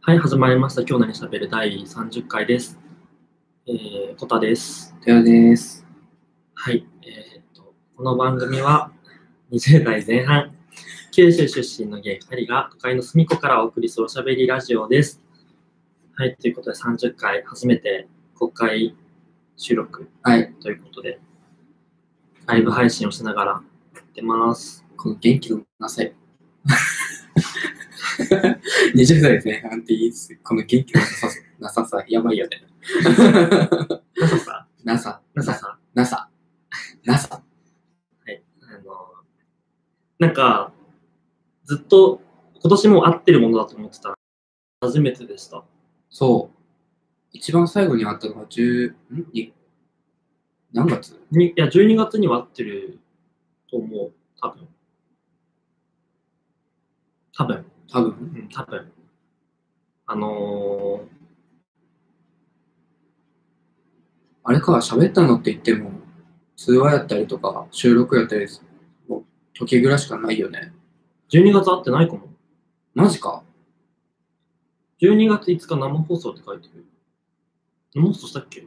はい、始まりました。今日何しゃべる第30回です。えー、コタです。だよです。はい、えー、と、この番組は20代前半、九州出身のゲイ2人が都会の隅っこからお送りするおしゃべりラジオです。はい、ということで30回、初めて国会収録はい。ということで、ライブ配信をしながらやってます。この元気のなさい。20代前半っていいっす。この元気のなささ、なささ、やばいよね。なささ、なさ、なささ、なさ、なさ。あの、なんか、ずっと今年もう合ってるものだと思ってた。初めてでした。そう。一番最後に会ったのが10、んに何月にいや、12月には合ってると思う。多分。多分。多う分ん、多分。あのあれか、喋ったのって言っても、通話やったりとか、収録やったりすもう時ぐらいしかないよね。ー、12月合ってないかも。マジか。 12月5日生放送って書いてる。生放送したっけ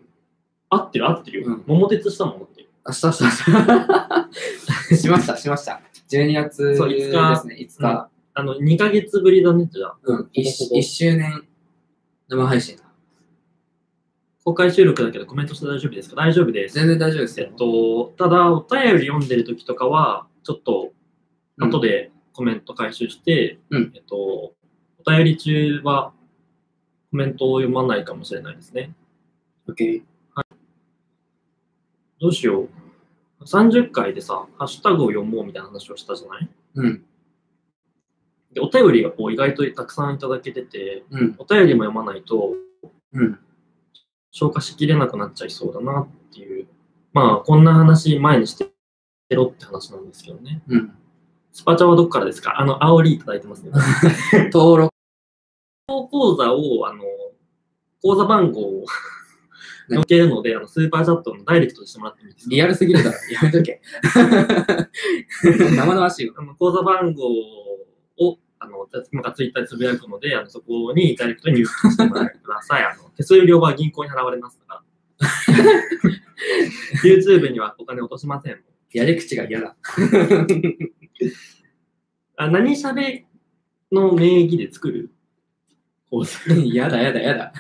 合ってる合ってるよ。うん桃鉄したもんだって。あ、したした した。しました、しました。12月そうで5す日ね、5日。あの、2ヶ月ぶりだね、じゃあ。うん、ほぼ 1, ほぼ周年生配信だ。公開収録だけどコメントして大丈夫ですか大丈夫です。全然大丈夫ですえよっ。と、ただ、お便り読んでる時とかは、ちょっと、うん後でコメント回収して、うんえっと、お便り中は、コメントを読まないかもしれないですね。 OK。どうしよう。30回でさ、ハッシュタグを読もうみたいな話をしたじゃないうん、で、お便りがこう意外とたくさんいただけてて、うん、お便りも読まないと、うん。消化しきれなくなっちゃいそうだなっていう。まあ、こんな話前にしてろって話なんですけどね。うん。スパチャはどっからですかあの、煽りいただいてますね。登録。口座を、あの、口座番号を載っけるので、あのスーパーチャットのダイレクトにしてもらってもいいですかリアルすぎるだろ。 やめとけ。生々しいわ。あの口座番号を、あの、今からツイッターでつぶやくので、あのそこにダイレクトに入金してもらってください。 あの手数料は銀行に払われますから。YouTube にはお金落としません。やり口が嫌だ。 あ何しゃべの名義で作る口座やだ、やだ、やだ。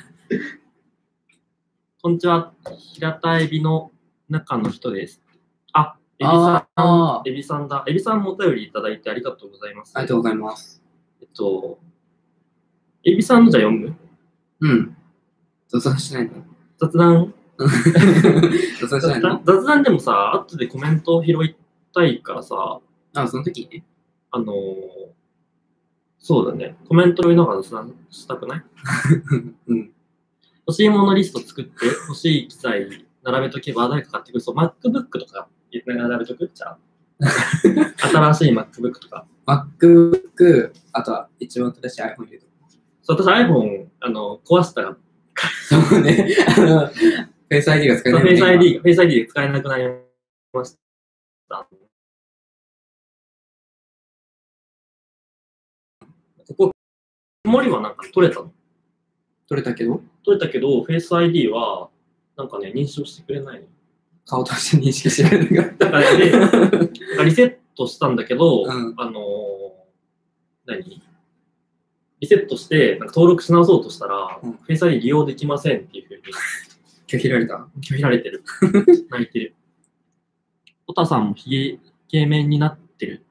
こんにちは。平田エビの中の人です。あ、エビさああん。エビさんだ。エビさんもお便りいただいてありがとうございます。ありがとうございます。えっと、エビさんのじゃあ読むうん。雑談しないの雑談雑談しな雑いの談雑談でもさ、後でコメントを拾いたいからさ、あ、その時にね。あのーそうだね。コメントを見ながら雑談したくないうん。欲しいものリスト作って、欲しい機材並べとけば誰か買ってくる。そう、MacBook とか並べとくじ ゃあ。新しい MacBook とか。 MacBook、あとは一番新しい iPhone 入れとくそう私 iPhone あの壊したら、そうね。あの、フェイス ID が使えフなェイいのねス ID、フェイス ID が使えなくなりました。ここ、曇りはなんか取れたの取れたけど、取れたけど、フェイス ID は、なんかね、認証してくれないの。顔として認識しられなかっだから ね、なんかリセットしたんだけど、うんあのー何リセットして、なんか登録し直そうとしたら、うんフェイス ID 利用できませんっていうふうにた。拒否られた。拒否られ てる。泣いてる。おたさんもひげ、系面になってる。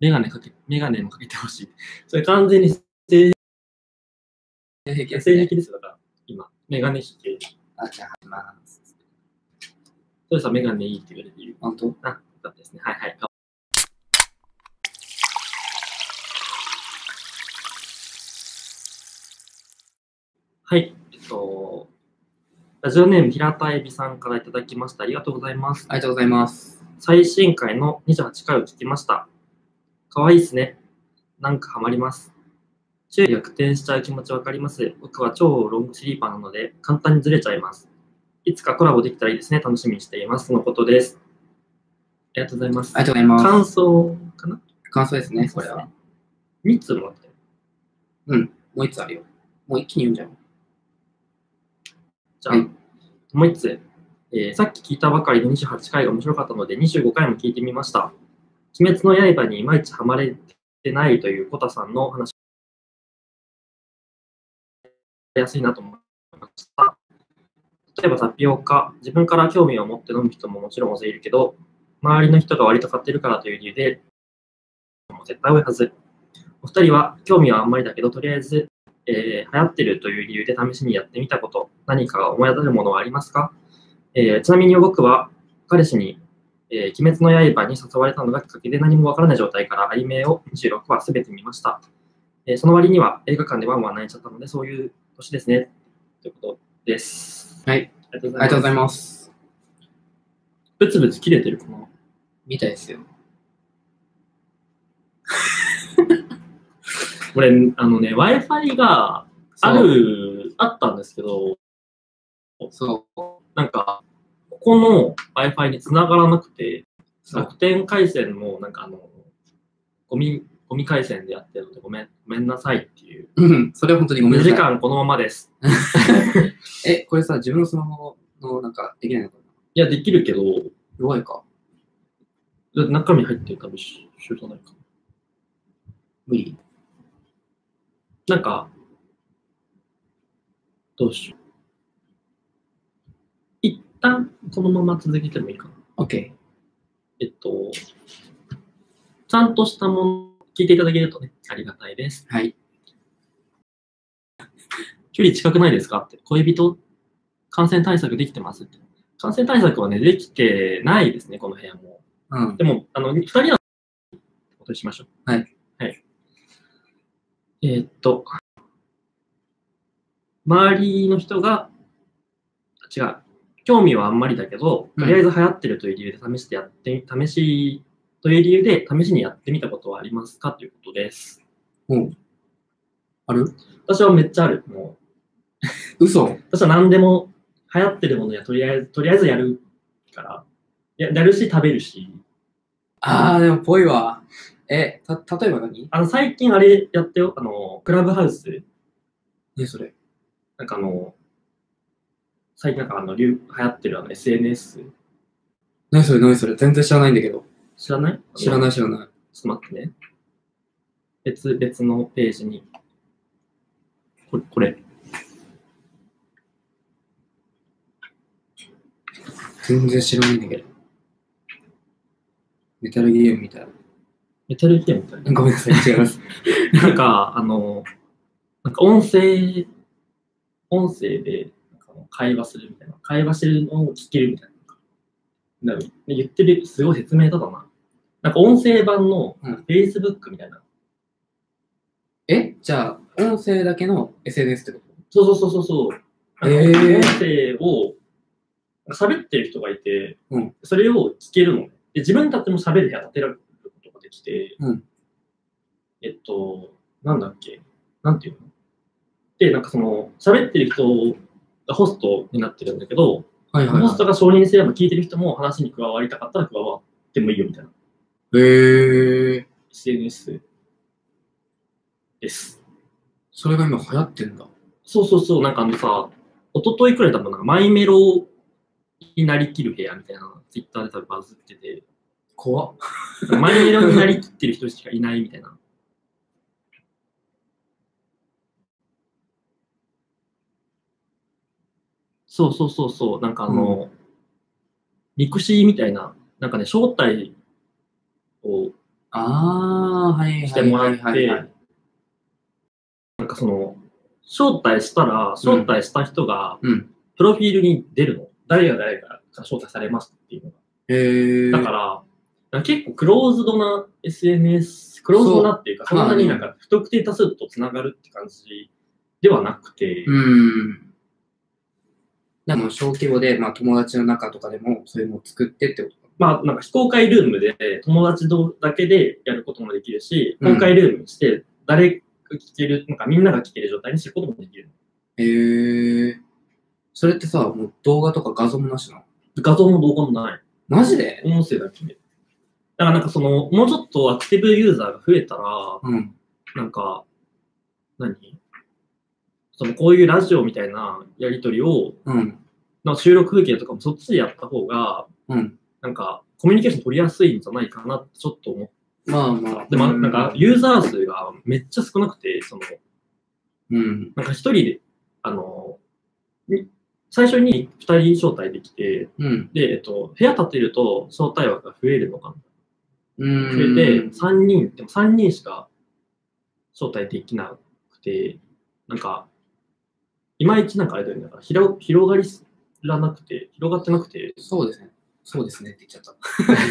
メガネかけ、メガネもかけてほしい。それ完全に平気です性ね。癖ですよ、だから、今。メガネひけ。あ、じゃあ、まあ、それさ、メガネいいって言われている。本当あ、よかったですね。はいはい。はい、えっと、ラジオネーム平田エビさんからいただきました。ありがとうございます。ありがとうございます。最新回の28回を聞きました。かわいいですね。なんかハマります。周囲逆転しちゃう気持ちわかります。僕は超ロングスリーパーなので簡単にずれちゃいます。いつかコラボできたらいいですね。楽しみにしています。のことです。ありがとうございます。ありがとうございます。感想かな感想ですね、これは。 3つもらってる。もう一つあるよ。もう一気に読んじゃう。じゃあ、はいもう一つ、えーさっき聞いたばかりの28回が面白かったので、25回も聞いてみました。鬼滅の刃にいまいちハマれてないというコタさんのお話やすいなと思いました。例えばタピオカ、自分から興味を持って飲む人ももちろん大勢いるけど、周りの人が割と買ってるからという理由で、もう絶対多いはず。お二人は興味はあんまりだけど、とりあえずえー流行ってるという理由で試しにやってみたこと、何か思い当たるものはありますか、えーちなみに僕は彼氏に、えー鬼滅の刃に誘われたのがきっかけで何もわからない状態からアニメを26話すべて見ました、えーその割には映画館でワンワン泣いちゃったので、そういう年ですね。ということです。はい。ありがとうごありがとうござざいいます。ます。ブツブツ切れてるかなみたいですよ。これ、あのね、Wi-Fi があそう。る、あったんですけど、そう。なんか、ここの Wi-Fi に繋がらなくて、そう楽天回線も、なんかあの、ゴミ、ゴミ回線でやってるので、ごめん、ごめんなさいっていう。うん。それは本当にごめん2なさい。時間このままです。え、これさ、自分のスマホのなんかできないのかないや、できるけど、弱いかだって中身入ってるから一緒じゃないか無理な。なんか、どうしよう。一旦このまま続けてもいいかな。 ?OK。えっと、ちゃんとしたもの、聞いていただけるとね、ありがたいです。はい。距離近くないですかって。恋人感染対策できてますって。感染対策はね、できてないですね、この部屋も。うん。でも、あの、二人は、ことにしましょう。はい。はい。えーっと、周りの人が、違う。興味はあんまりだけど、うんとりあえず流行ってるという理由で試してやって、試し、という理由で試しにやってみたことはありますかということです。うん。ある私はめっちゃある。もう嘘私は何でも流行ってるものやとりあえず、とりあえずやるから、ややるし食べるし、あー、でもぽいわ。え、た、例えば何あの最近あれやってよ、あの、クラブハウス、ね、それ。なんかあの、最近なんかあの、流流行ってるあの SNS、何それ何それ全然知らないんだけど。知らない知らい。ない知らない。ちょっと待ってね。別、別のページに。これ、これ。全然知らないんだけど。メタルギームみたいメタルギアみたいな。な。ごめんなさい、違います。 なんか、あの、なんか音声、音声でなんか会話するみたいな。会話してるのを聞けるみたいな。なんか言ってる、すごい説明だったな。なんか音声版のうん Facebook みたいな。 えじゃあ、音声だけの SNS ってこそうそうそうそうそう。なんへーか音声を、喋ってる人がいて、うんそれを聞けるのね。で、自分たちも喋る部屋立てられることができて、うんえっと、なんだっけ、なんていうので、なんかその、喋ってる人がホストになってるんだけど、とはいホストが承認すれば聞いてる人も話に加わりたかったら加わってもいいよみたいな。い。へえー。 SNS です。それが今流行ってんだ。そうそうそう、なんかあのさ、一昨日くらい多分なんかマイメロになりきる部屋みたいな、ツイッターで多分バズってて、怖っ。マイメロになりきってる人しかいないみたいな。そうそうそうそう、なんかあの、ミクシーみたいな、なんかね、招待をあー、はいはい。してもらってはいはいなんかその、招待したら、招待した人が、うん。プロフィールに出るの。誰が誰が招待されましたっていうのが。へー。だから、なんか結構クローズドな SNS、クローズドなっていうか、そそうんなになんか不特定多数とつながるって感じではなくて、うん。でも小規模で、まあ、友達の中とかでもそういうのを作ってってことか。まあなんか非公開ルームで友達だけでやることもできるし、うん公開ルームにして誰が聞ける、なんかみんなが聞ける状態にすることもできる。へえ。それってさ、もう動画とか画像もなしなの画像も動画もない。マジで音声だけで。だからなんかその、もうちょっとアクティブユーザーが増えたら、うん。なんか、何そのこういうラジオみたいなやりとりを、うん。なんか収録風景とかもそっちでやった方が、うん。なんかコミュニケーション取りやすいんじゃないかなってちょっと思っまあまあ。た。でもなんか、ユーザー数がめっちゃ少なくて、その、うん。なんか一人で、あの、に最初に二人招待できて、うん。で、えっと、部屋建てると招待枠が増えるのかうん。な。増えて、三人、でも三人しか招待できなくて、なんか、いまいちなんかあれだよね、なんか広広がりすらなくて、広がってなくて、そうですね。そうですねって言っちゃっ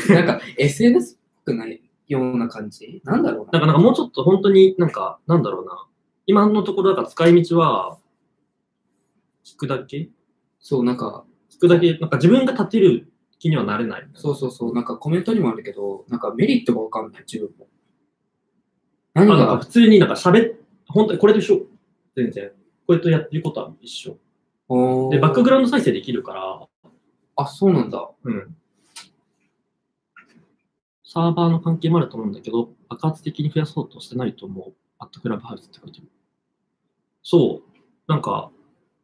た。 なんか、SNS っぽくないような感じなんだろうなんな。かなんかもうちょっと本当になんか、なんだろうな、今のところなんか使い道は、聞くだけ聞そう、なんか、くだけ、なんか自分が立てる気にはなれない。そうそうそう、なんかコメントにもあるけど、なんかメリットがわかんない、自分も。何あなんかが普通になんか喋っ、本当にこれと一緒。全然。これとやってることは一緒。おーで、バックグラウンド再生できるから、あ、そうなんだ。うん。サーバーの関係もあると思うんだけど、爆発的に増やそうとしてないと思う。アットクラブハウスって書いてる。そう。なんか、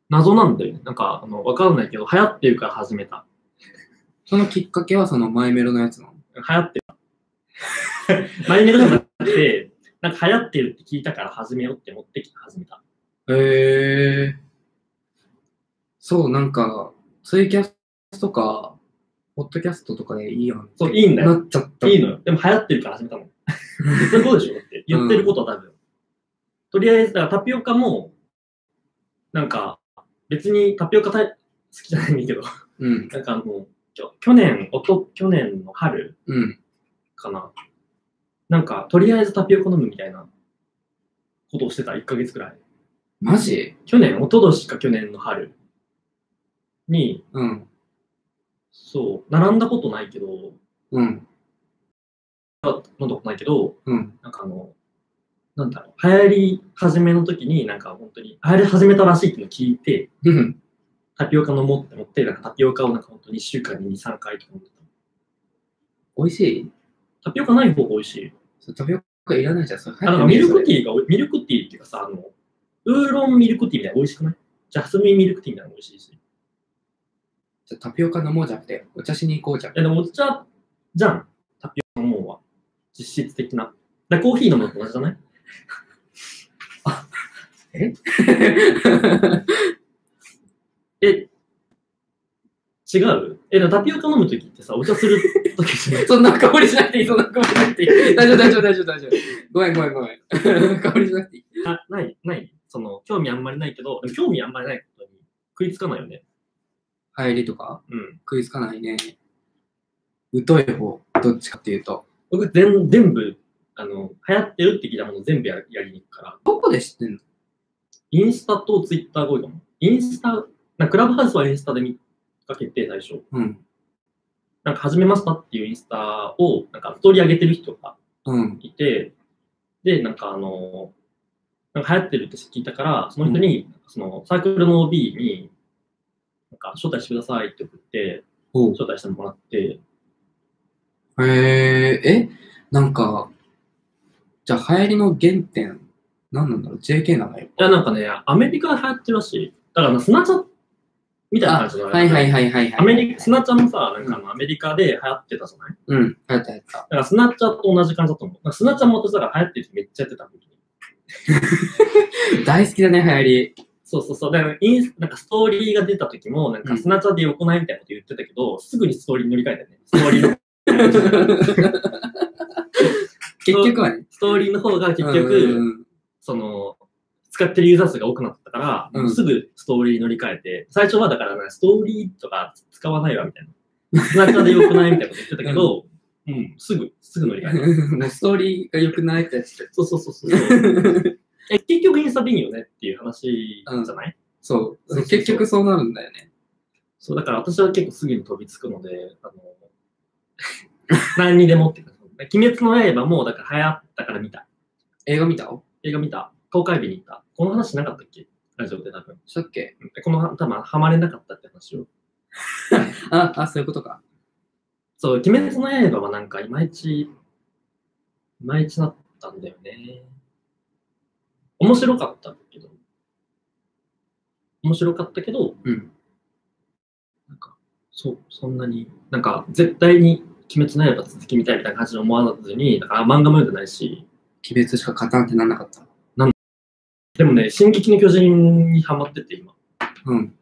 謎なんだよね。なんか、あの、わかんないけど、流行ってるから始めた。そのきっかけはそのマイメロのやつなの。流行って た。マイネルじゃなくて、なんか流行ってるって聞いたから始めようって持ってきて始めた。へえ。そう、なんか、ツイキャストとか、ポッドキャストとかでいいやん。そう、いいんだよな。っちゃった。いいのよ。でも流行ってるから始めたの。それどうでしょうって言ってることは多分。とりあえず、だからタピオカも、なんか、別にタピオカ大好きじゃないんだけど、 うん、なんかもう、きょ去年、おと、去年の春うん。かな。なんか、とりあえずタピオカ飲むみたいなことをしてた、1ヶ月くらい。マジ去年、おととしか去年の春に、うん、そう、並んだことないけど、うん、飲んだことないけど、うん。なんかあの、なんだろう、流行り始めの時に、なんか本当に、流行り始めたらしいっていうのを聞いて、うん。 タピオカ飲もうって思って、なんかタピオカをなんか本当に1週間に2、3回とか飲んでた。美味しいタピオカない方が美味しい。それタピオカいらないじゃん。それあなんかミルクティーィーが、ミルクティーっていうかさ、あの、ウーロンミルクティーみたいな美味しくないジャスミンミルクティーみたいなの美味しいし。じゃあタピオカ飲もうじゃなくて、お茶しに行こうじゃん。 え、でもお茶じゃん。タピオカ飲もうは。実質的な。だからコーヒー飲むのと同じじゃないえ、違うえ、だからタピオカ飲むときってさ、お茶するときじゃない そんな香りしなくていい、そんな香りしなくていい。大丈夫、大丈夫、大丈夫、大丈夫。ごめん、ごめん、ごめん。 香りしなくていい。あ、ない、ない。その、興味あんまりないけど、でも興味あんまりないことに食いつかないよね。入りとかうん。食いつかないね。疎い方、どっちかっていうと。僕、全、全部、あの、流行ってるって聞いたもの全部ややりに行くから、どこで知ってんのインスタとツイッターが多いかも。インスタ、なんかクラブハウスはインスタで見かけて、最初。うん。なんか、始めましたっていうインスタを、なんか、ストーリー上げてる人がうん。いて、で、なんか、あの、なんか流行ってるって聞いたから、その人に、その、サークルの OB に、なんか、招待してくださいって送って、ほ招待してもらって、う。へえー、えなんか、じゃあ流行りの原点、何なんだろう ?JK なのよ。いや、なんかね、アメリカで流行ってるらしい。だから、スナチャみたいな感じの。はいはいはいはいはい。アメリカ、スナチャもさ、なんかあのアメリカで流行ってたじゃないうん。流行った流行っただ。から、スナチャと同じ感じだと思う。なんかスナチャも私だから流行ってるってめっちゃやってた。大好きだね、流行り。 そうそうそう。だから、インス、なんかストーリーが出た時も、なんうかんスナチャで行いみたいなこと言ってたけど、すぐにストーリーに乗り換えたよね。ストーリーの、結局はね。ストーリーの方が結う局、んその、使ってるユーザー数が多くなったから、うんすぐストーリーに乗り換えて、最初はだから、ね、ストーリーとか使わないわみたいな。スナチャでよくないみたいなこと言ってたけど、うん、すぐ、すぐ乗り換えた。もうストーリーが良くないってやつって。そうそうそう そう。え結局インスタでいいよねっていう話じゃない、そうそうそうそう結局そうなるんだよね。そう、だから私は結構すぐに飛びつくので、あの、 何にでもって感じ。鬼滅の刃も、だから流行ったから見た。映画見たお映画見た。公開日に行った。この話しなかったっけラジオで多分。したっけうんこの、多分ハマれなかったって話を。あ、あ、そういうことか。そう、鬼滅の刃はなんか、いまいち、いまいちだったんだよね。面白かったけど。面白かったけど、うん。なんか、そう、そんなに、なんか、絶対に鬼滅の刃続きみたいみたいな感じで思わずに、だから漫画も読んでないし、鬼滅しか勝たんってなんなかった。でもね、進撃の巨人にハマってて、今。うん。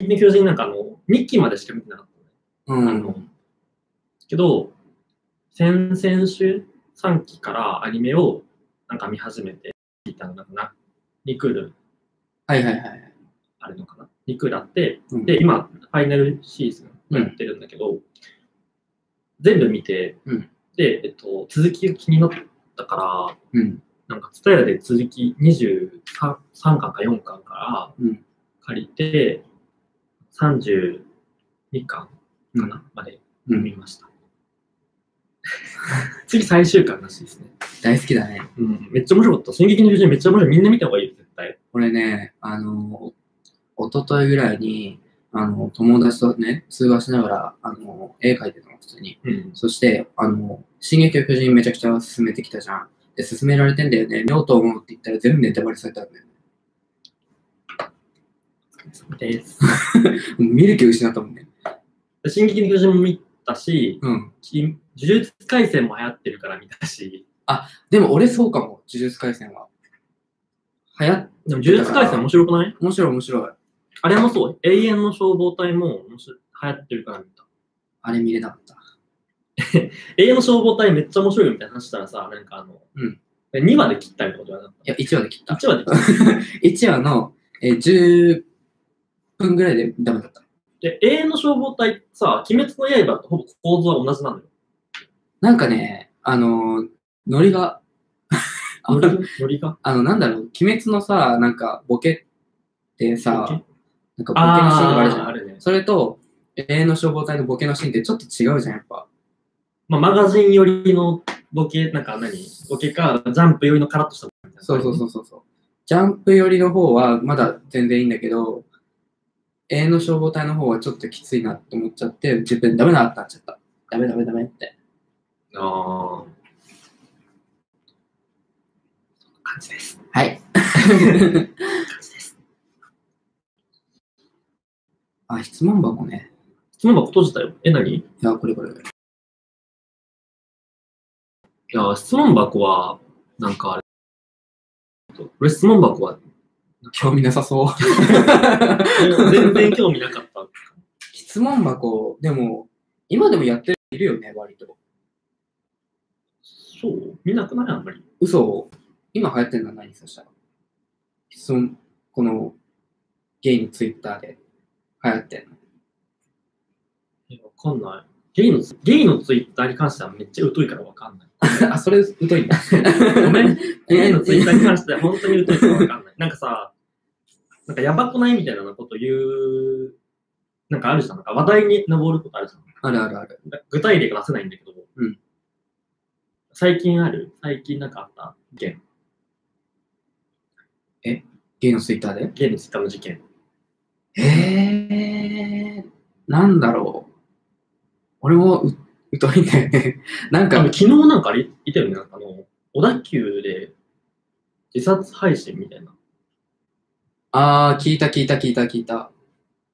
進撃の巨人なんかあの、2期までしか見てなかったのね。うあの、けど、先々週3期からアニメをなんか見始めて、聞いたのかな。2クールはいはいはい。あるのかな。2クールあって、うんで、今、ファイナルシーズンやってるんだけど、全部見て、うんで、えっと、続きが気になったから、うん。なんか、ツタヤで続き23巻か4巻かうらん借りて、32巻かな、までう見ん。ました。 次最終巻らしいですね。大好きだね。うん、めっちゃ面白かった。進撃の巨人めっちゃ面白い。みんな見た方がいいよ、絶対。俺ね、あの、おとといぐらいに、あの、友達とね、通話しながら、あの、絵描いてたの、普通に。うん。そして、あの、進撃の巨人めちゃくちゃ進めてきたじゃん。で、進められてんだよね。見ようと思うって言ったら全部ネタバレされたんだよね。です。もう見る気を失ったもんね。進撃の巨人も見たし、うん。呪術廻戦も流行ってるから見たし、でも俺そうかも、呪術廻戦は。流行っ、でも呪術廻戦面白くない面白い面白い。あれもそう、永遠の消防隊も面白い流行ってるから見た。あれ見れなかった。永遠の消防隊めっちゃ面白いよみたいな話したらさ、なんかあの、うん2話で切ったみたいなこと言わなかいや、1話で切った。った。1話で切っ1話の、えー10分ぐらいでダメだった。て、永遠の消防隊ってさ、鬼滅の刃とほぼ構造は同じなのよ。なんかね、あのーノリが、あノリがノリがあの、なんだろう、鬼滅のさ、なんか、ボケってさ、ボケなんかボケのシーンとかあるじゃあー、あん。るね。それと、永遠の消防隊のボケのシーンってちょっと違うじゃん、やっぱ。まあ、マガジン寄りのボケ、なんか何ボケか、ジャンプ寄りのカラッとしたボケみたいなそうそうそうそうそう。ジャンプ寄りの方はまだ全然いいんだけど、永遠の消防隊の方はちょっときついなって思っちゃって、自分ダメだってなっちゃった。ダメダメダメって。ああ。感じです。はい。 あ、質問箱ね。質問箱閉じたよ。え、何いいや、これこれ。や、質問箱は、なんかあれ。俺、質問箱は、興味なさそう。 全然興味なかった。質問箱、でも、今でもやってる人いるよね、割と。そう見なくないあんまり。嘘今流行ってるのは何そしたら。質問、この、ゲイのツイッターで流行ってるの。いやわかんない。ゲイの、ゲイのツイッターに関してはめっちゃ疎いからわかんない。 あ、それ、疎いんだ。 ごめん。 ゲイのツイッターに関ししては本当に疎いからわかんない。なんかさ、なんかやばくないみたいなこと言う、なんかあるじゃん。なんか話題に上ることあるじゃん。あるあるある。具体例が出せないんだけど、うん最近ある最近なんかあった事件ゲイのツイッターで。ゲームツイッターの事件えー、なんだろう。俺もう、疎いんだよね。 なん多か分、昨日なんかあれいたよねなんかあの小田急で自殺配信みたいなあー、聞いた聞いた聞いた聞いた。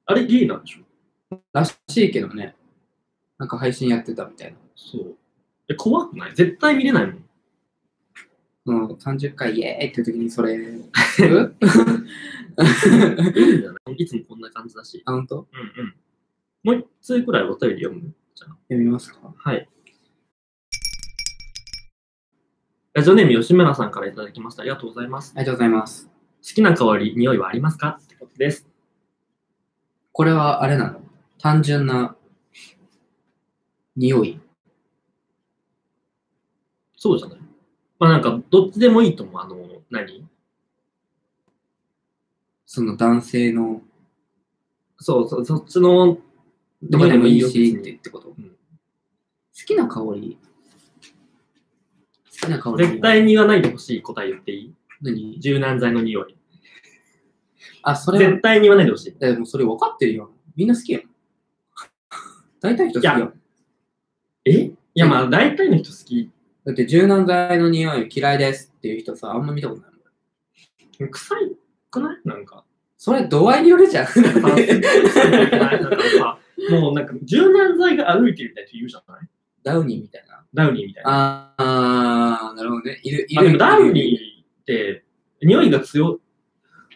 あれゲイなんでしょらしいけどね。なんか配信やってたみたいな。そうえ怖くない絶対見れないもんうん、30回イエーイって時 にそれ、するいいんじゃないいつもこんな感じだし あ、ほんとうんうんもう一通くらいお便り読むじゃん読みますかはいラジオネーム吉村さんからいただきましたありがとうございますありがとうございます。好きな香り匂いはありますかってことですこれはあれなの単純な匂い。そうじゃないまあなんか、どっちでもいいと思う。あの、何その男性のそうそう、そっちの、どこでもいいよしっ別てにってこと。好うんきな香り。好きな香り。絶対に言わないでほしい答え言っていい何柔軟剤の匂い。あ、それは絶対に言わないでほしい。え、もうそれ分かってるよ。みんな好きやん。 大体の人好きやいやん。えいやまあ、大体の人好き。だって柔軟剤の匂い嫌いですっていう人さ、あんま見たことないもん。臭いくないなんか。それ度合いによるじゃん。 パンツにしないといけないだからさ、もうなんか柔軟剤が歩いてるみたいな人いるじゃないダウニーみたいな。ダウニーみたいな。ああー、なるほどね。いる、いあでもる。ダウニいるーって、匂いが強い。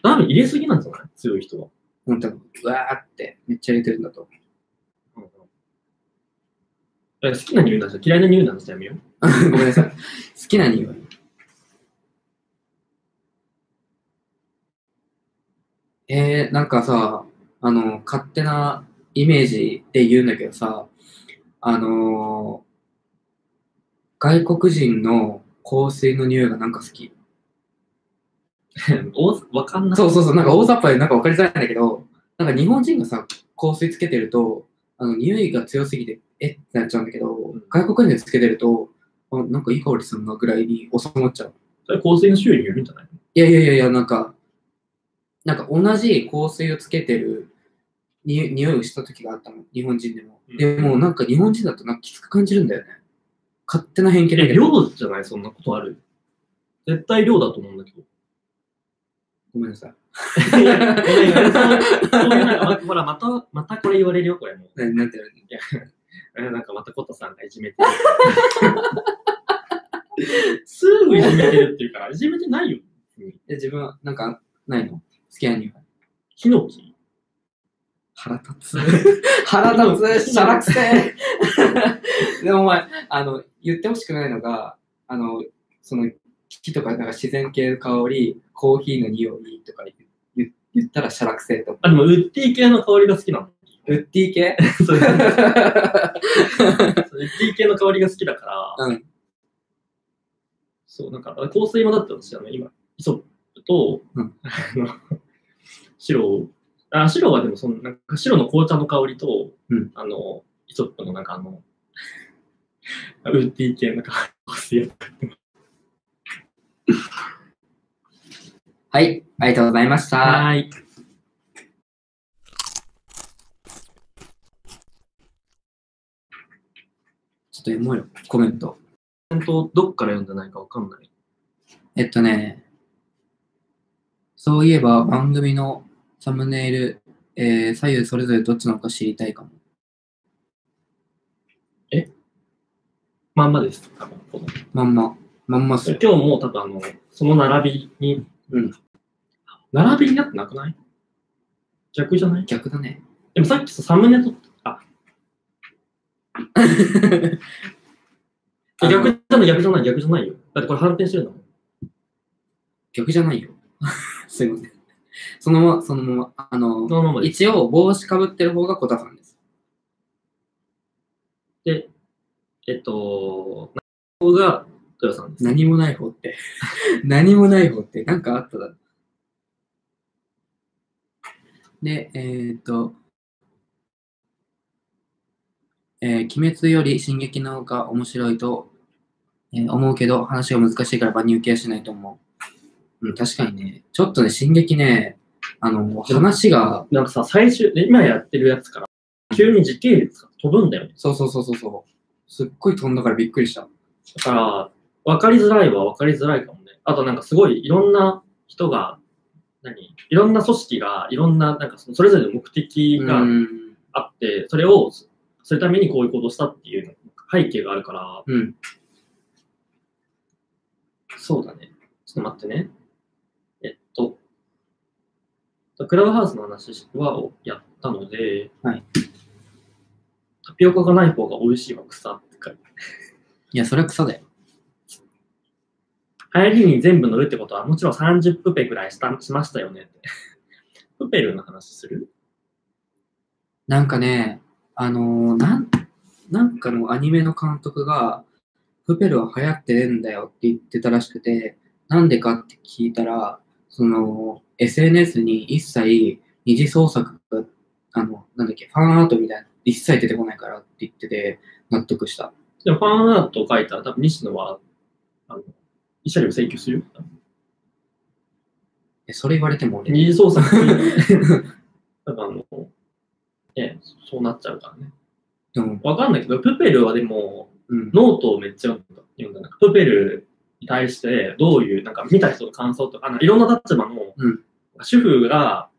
ダウニー入れすぎなんじゃない強い人は。ほんと、うわーって、めっちゃ入れてるんだと思う。だから好きな匂いなんじゃ嫌いな匂いなんじゃやめよう。 ごめんなさい。好きな匂い。えー、なんかさ、あの、勝手なイメージで言うんだけどさ、あのー外国人の香水の匂いがなんか好き。おわかんない。そうそうそう、なんか大雑把でなんか分かりづらいんだけど、なんか日本人がさ、香水つけてると、あの匂いが強すぎて、えってなっちゃうんだけど、ん外国人でつけてると、あなんかいい香りするなぐらいに収まっちゃう。それ香水の種類によるんじゃないいやいやいやいや、なんか、なんか同じ香水をつけてるに匂いをした時があったの、日本人でも。うんでもなんか日本人だとなんかきつく感じるんだよね。勝手な偏見だえ、けど。量じゃないそんなことある。絶対量だと思うんだけ ど。ごめんなさい。いやいやそうそういうなんかまほら、また、またこれ言われるよ、これもう。ななんて言われるえなんかまたコタさんがいじめてる。 すぐいじめてるっていうから、いじめてないよ。え自分はなんかないの好きな匂い。ヒノキ腹立つ。腹立つ。しゃらくせえ。 でもお前、あの、言ってほしくないのが、あの、その、木とか、なんか自然系の香り、コーヒーの匂いとか言言言ったらしゃらくせえと思あ、でもウッディ系の香りが好きなの。 う。ウッディ系そうそうウッディ系の香りが好きだから、うんそう、なんか、香水もだって私、あの、今、イソップと、うんあの、白を、あ、白はでもその、なんか白の紅茶の香りと、うんあの、イソップのなんかあの、ウッディ系の香水をはい、ありがとうございました。はい。ちょっと読もうよ、コメント。本当、どっから読んでないかわかんない。えっとね、そういえば番組のサムネイル、えー左右それぞれどっちなのか知りたいかも。まんまです。多分このまんま、まんまっす今よ。日も多分あの、その並びに、うん並びになってなくない逆じゃない逆 だね。でもさっきさサムネと、あ、あの逆じゃない、逆じゃない、逆じゃないよ。だってこれ反転してるんだもん。逆じゃないよ。 すいません。そのまま、そのまま、あの、そのままで。一応帽子かぶってる方がコタさんです。で、えっと、ここが豊さんです。何もない方って。 何もない方って、なんかあっただろ。で、えーっと、えー鬼滅より進撃の方が面白いと、えー思うけど、話が難しいから万人受けはしないと思う。うん、確かにね。ちょっとね、進撃ね、あの、話が、なんかさ、最終、で今やってるやつから、急に時系列が飛ぶんだよね。そうそうそうそうそう。すっごい飛んだからびっくりした。だから、分かりづらいは分かりづらいかもね。あとなんかすごいいろんな人が、何いろんな組織が、いろんな、なんかそのそれぞれの目的がうん。あって、それを、それためにこういうことをしたっていう背景があるから、うん。そうだね。ちょっと待ってね。えっと、クラブハウスの話はをやったので、はいタピオカがない方が美味しいは草って書いていや、それは草だよ。流行りに全部乗るってことは、もちろん30プペぐらいしたしましたよねって。 プペルの話するなんかね、あのーなん、なんかのアニメの監督が、プペルは流行ってねえんだよって言ってたらしくて、なんでかって聞いたら、その、SNS に一切二次創作が、あの、なんだっけ、ファンアートみたいな、一切出てこないからって言ってて、納得した。でもファンアートを書いたら、多分西野は、あの、慰謝料請求するよ。え、それ言われても俺、二次創作する。 多分あの、ね、そうなっちゃうからね。でも、わかんないけど、プペルはでも、うん、ノートをめっちゃ読んだ。読んだなんかプペルに対して、どういう、なんか見た人の感想とか、あのいろんな立場の、うん主婦が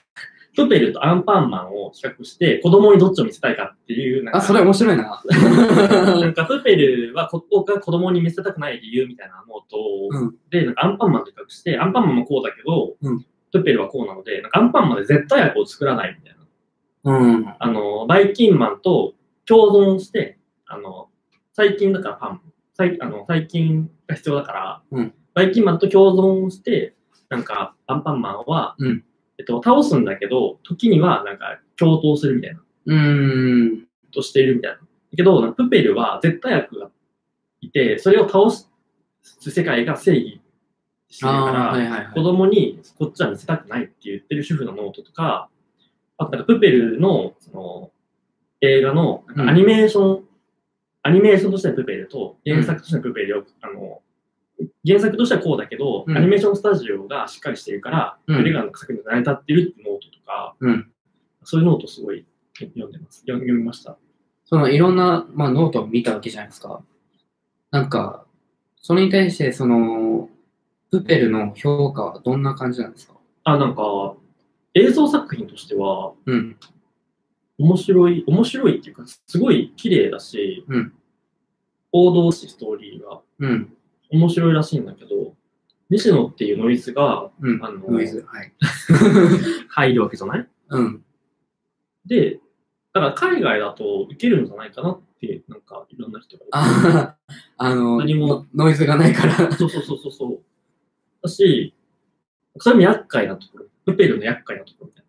プペルとアンパンマンを比較して、子供にどっちを見せたいかっていう、なんかあ、それ面白いな。 なんかプペルはこ僕が子供に見せたくない理由みたいなのと、うんで、なんかアンパンマンと比較して、アンパンマンもこうだけど、うんプペルはこうなので、なんかアンパンマンで絶対悪を作らないみたいな。うん。あの、バイキンマンと共存して、あの、最近だからパン、最あの最近が必要だから、うんバイキンマンと共存して、なんかアンパンマンは、うんえっと、倒すんだけど、時にはなんか共闘するみたいな。うーん。としているみたいな。だけど、なんかプペルは絶対悪がいて、それを倒す世界が正義してあるから、あ、はいはいは子い。供にこっちは見せたくないって言ってる主婦のノートとか、あとなんかプペルのその映画のなんかアニメーション、アニメーションとしてのプペルと原作としてのプペルを、あの原作としてはこうだけど、うんアニメーションスタジオがしっかりしてるから、うんプレガの作品が成り立ってるってノートとか、うんそういうノートすごい読んでます。読みました。そのいろんな、まあ、ノートを見たわけじゃないですか。なんか、それに対して、その、プペルの評価はどんな感じなんですかあ、なんか、映像作品としては、うん。面白い、面白いっていうか、すごい綺麗だし、うん王道だし、ストーリーがうん。面白いらしいんだけど、西野っていうノイズがうん。あのノイズ。はい。入るわけじゃないうん。で、だから海外だと受けるんじゃないかなって、なんかいろんな人が言ってあ あ、あの、何もノノイズがないから。 そうそうそうそうそう。だし、それも厄介なところ。プペルの厄介なところみたい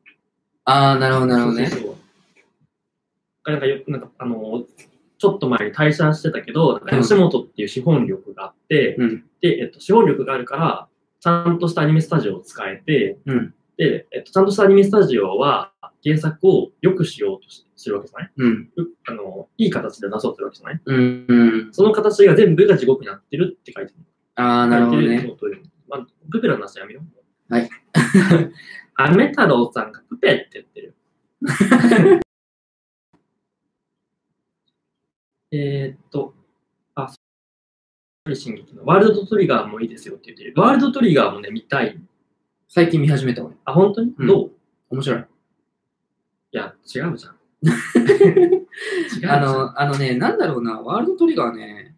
な。ああ、なるほど、なるほどねそ。うそうそうなんかよ、なんか、あの、ちょっと前に退社してたけど、なんか吉本っていう資本力があって、うん。で、えっと、資本力があるから、ちゃんとしたアニメスタジオを使えて、うん。で、えっと、ちゃんとしたアニメスタジオは原作を良くしようとしするわけじゃないうん。うあの、いい形で出そうとするわけじゃないうん。うん。その形が全部が地獄になってるって書いてる。ああ、なるほど書いてね。るそういうまあ、プペラの話やめよう。 はい。アメ太郎さんがプペって言ってる。 えーっと、あ、そう進撃のワールドトリガーもいいですよって言ってる。ワールドトリガーもね、見たい。最近見始めた俺。あ、本当に、うんどう面白い。いや、違 うじゃん。違うじゃんあ、の、あのね、なんだろうな、ワールドトリガーね、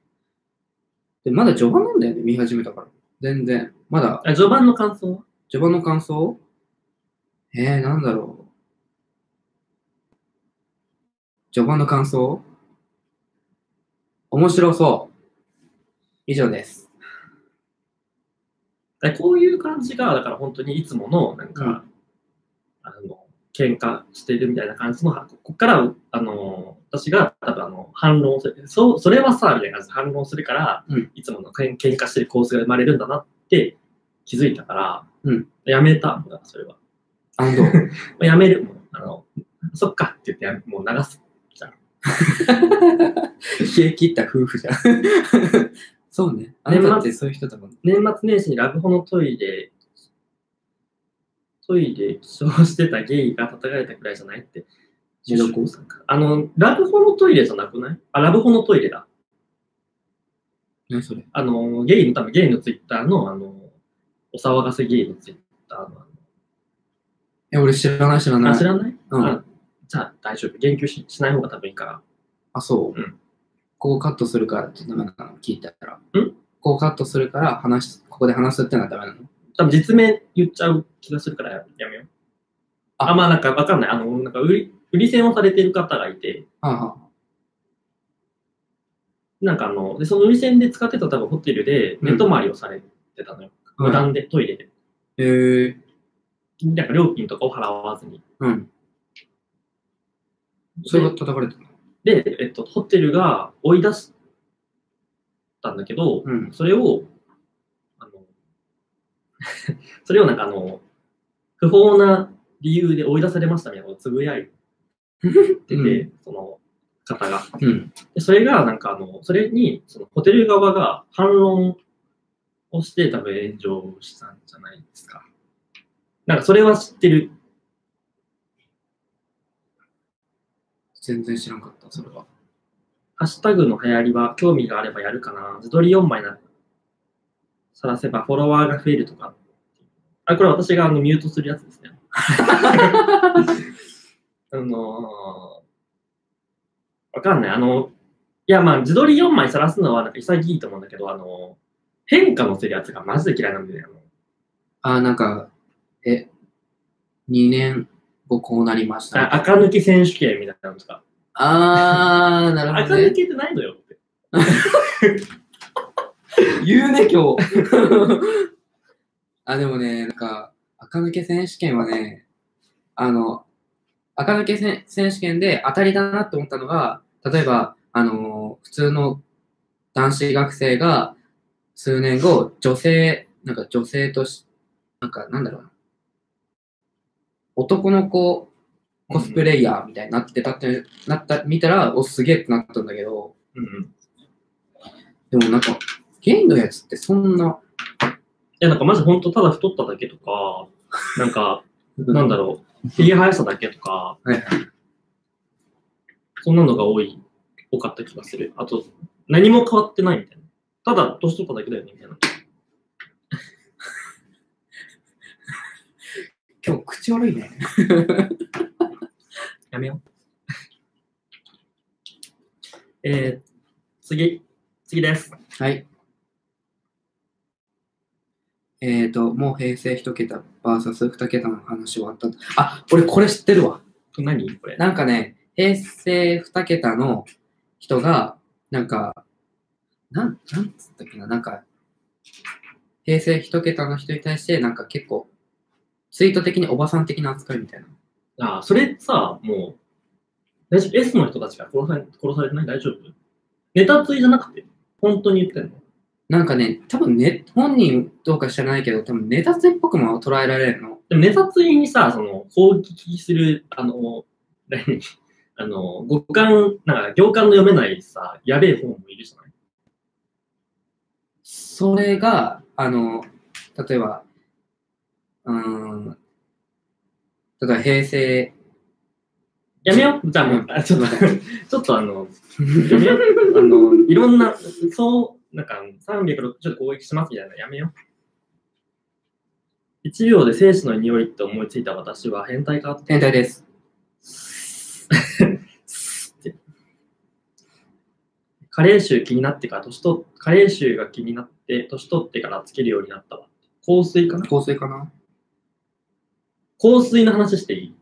でまだ序盤なんだよね、見始めたから。全然。まだ、あ序盤の感想序盤の感想えー、なんだろう。序盤の感想面白そう。以上です。だからこういう感じが、だから本当にいつもの、なんか、うんあの、喧嘩してるみたいな感じの、ここから、あの、私が多分あの反論する、そう、それはさ、みたいな感じで反論するから、うんいつもの喧喧嘩してる構図が生まれるんだなって気づいたから、うんやめたもんだ、それは。あ の、どうまあやめるもん。あの、そっかって言ってやめ、もう流す。冷え切った夫婦じゃん。 そうね。あなたってそういう人だもんね。年末年始にラブホのトイレ、トイレ起床してたゲイが叩かれたくらいじゃないって。えどこさんからあの、ラブホのトイレじゃなくないあ、ラブホのトイレだ。何それあの、ゲイの、多分ゲイのツイッターの、あの、お騒がせゲイのツイッターの、え、俺知らない知らあなのい。あ、知らない、うんあじゃあ大丈夫。言及ししない方が多分いいから。あ、そう。うんここカットするからってダメなの聞いたら。んここカットするから話し、ここで話すってのはダメなの多分実名言っちゃう気がするからややめよう。ああ、まあなんかわかんない。あの、なんか売り、売り線をされてる方がいて、はあ、はあ、なんかあの、でその売り線で使ってた多分ホテルでうん寝泊まりをされてたのよ。はい無断で、トイレで。えー、なんか料金とかを払わずに。うん。それが叩かれたので、えっと、ホテルが追い出したんだけど、うん。それを、あの、 それをなんかあの、不法な理由で追い出されましたみたいなことをつぶやいてて、うその方が。うん。でそれが、なんかあの、それに、そのホテル側が反論をして、多分炎上したんじゃないですか。なんかそれは知ってる。全然知らんかった、それは。ハッシュタグの流行りは興味があればやるかな。自撮り4枚な さらせばフォロワーが増えるとか。あ、これ私があのミュートするやつですね。あのー、わかんない。あの、いや、まあ、自撮り4枚晒すのはなんか潔いと思うんだけど、あの、変化のせるやつがマジで嫌いなんだよね。あー、なんか、え、2年後こうなりましあのた。あ垢抜き選手権みたいなのとか。あー、なるほ垢ど、ね抜。きってないのよって。言うね、今日。 あ、でもね、なんか、赤抜け選手権はね、あの、赤抜けせ選手権で当たりだなって思ったのが、例えば、あの、普通の男子学生が数年後、女性、なんか女性とし、なんかなんだろうな、男の子コスプレイヤーみたいになってたって、なった、見たら、お、すげえってなったんだけど、うんうん。いでもなんか、ゲイのやつってそんな、や、なんかマジ本当ただ太っただけとか、なんか、ななんだろう、ひげ生やしただけとか、はいはいそんなのが多い、多かった気がする。あと、何も変わってないみたいな。ただ、年取っただけだよね、みたいな。今日口悪いね。やめよう。 えー、次、次です。はい。えっ、ー、と、もう平成一桁 VS2 桁の話終わった。あ、俺これ知ってるわ。何これ。なんかね、平成2桁の人が、なんか、なん、なんつったっけな、なんか、平成1桁の人に対して、なんか結構、ツイート的におばさん的な扱いみたいな。あ、それさ、もう、大丈夫 ?S の人たちが殺され殺されてない大丈夫ネタついじゃなくて、本当に言ってんのなんかね、多分ね、本人どうか知らないけど、多分ネタつっぽくも捉えられるの。でもネタついにさ、その、攻撃する、あの、何 あの、五感、なんか行間の読めないさ、やべえ本もいるじゃないそれが、あの、例えば、うーん、例えば平成、 やめようじゃあもうう、んあちょっ と、ちょっとあの、やめようあの、の、いろんな、そう、なんか360度攻撃しますみたいなのやめよう。1秒で生死の匂いって思いついた私は変態か天体です。って加齢臭気になってから年と、加齢臭が気になって、年取ってからつけるようになったわ。香水かな香水かな香水の話していい、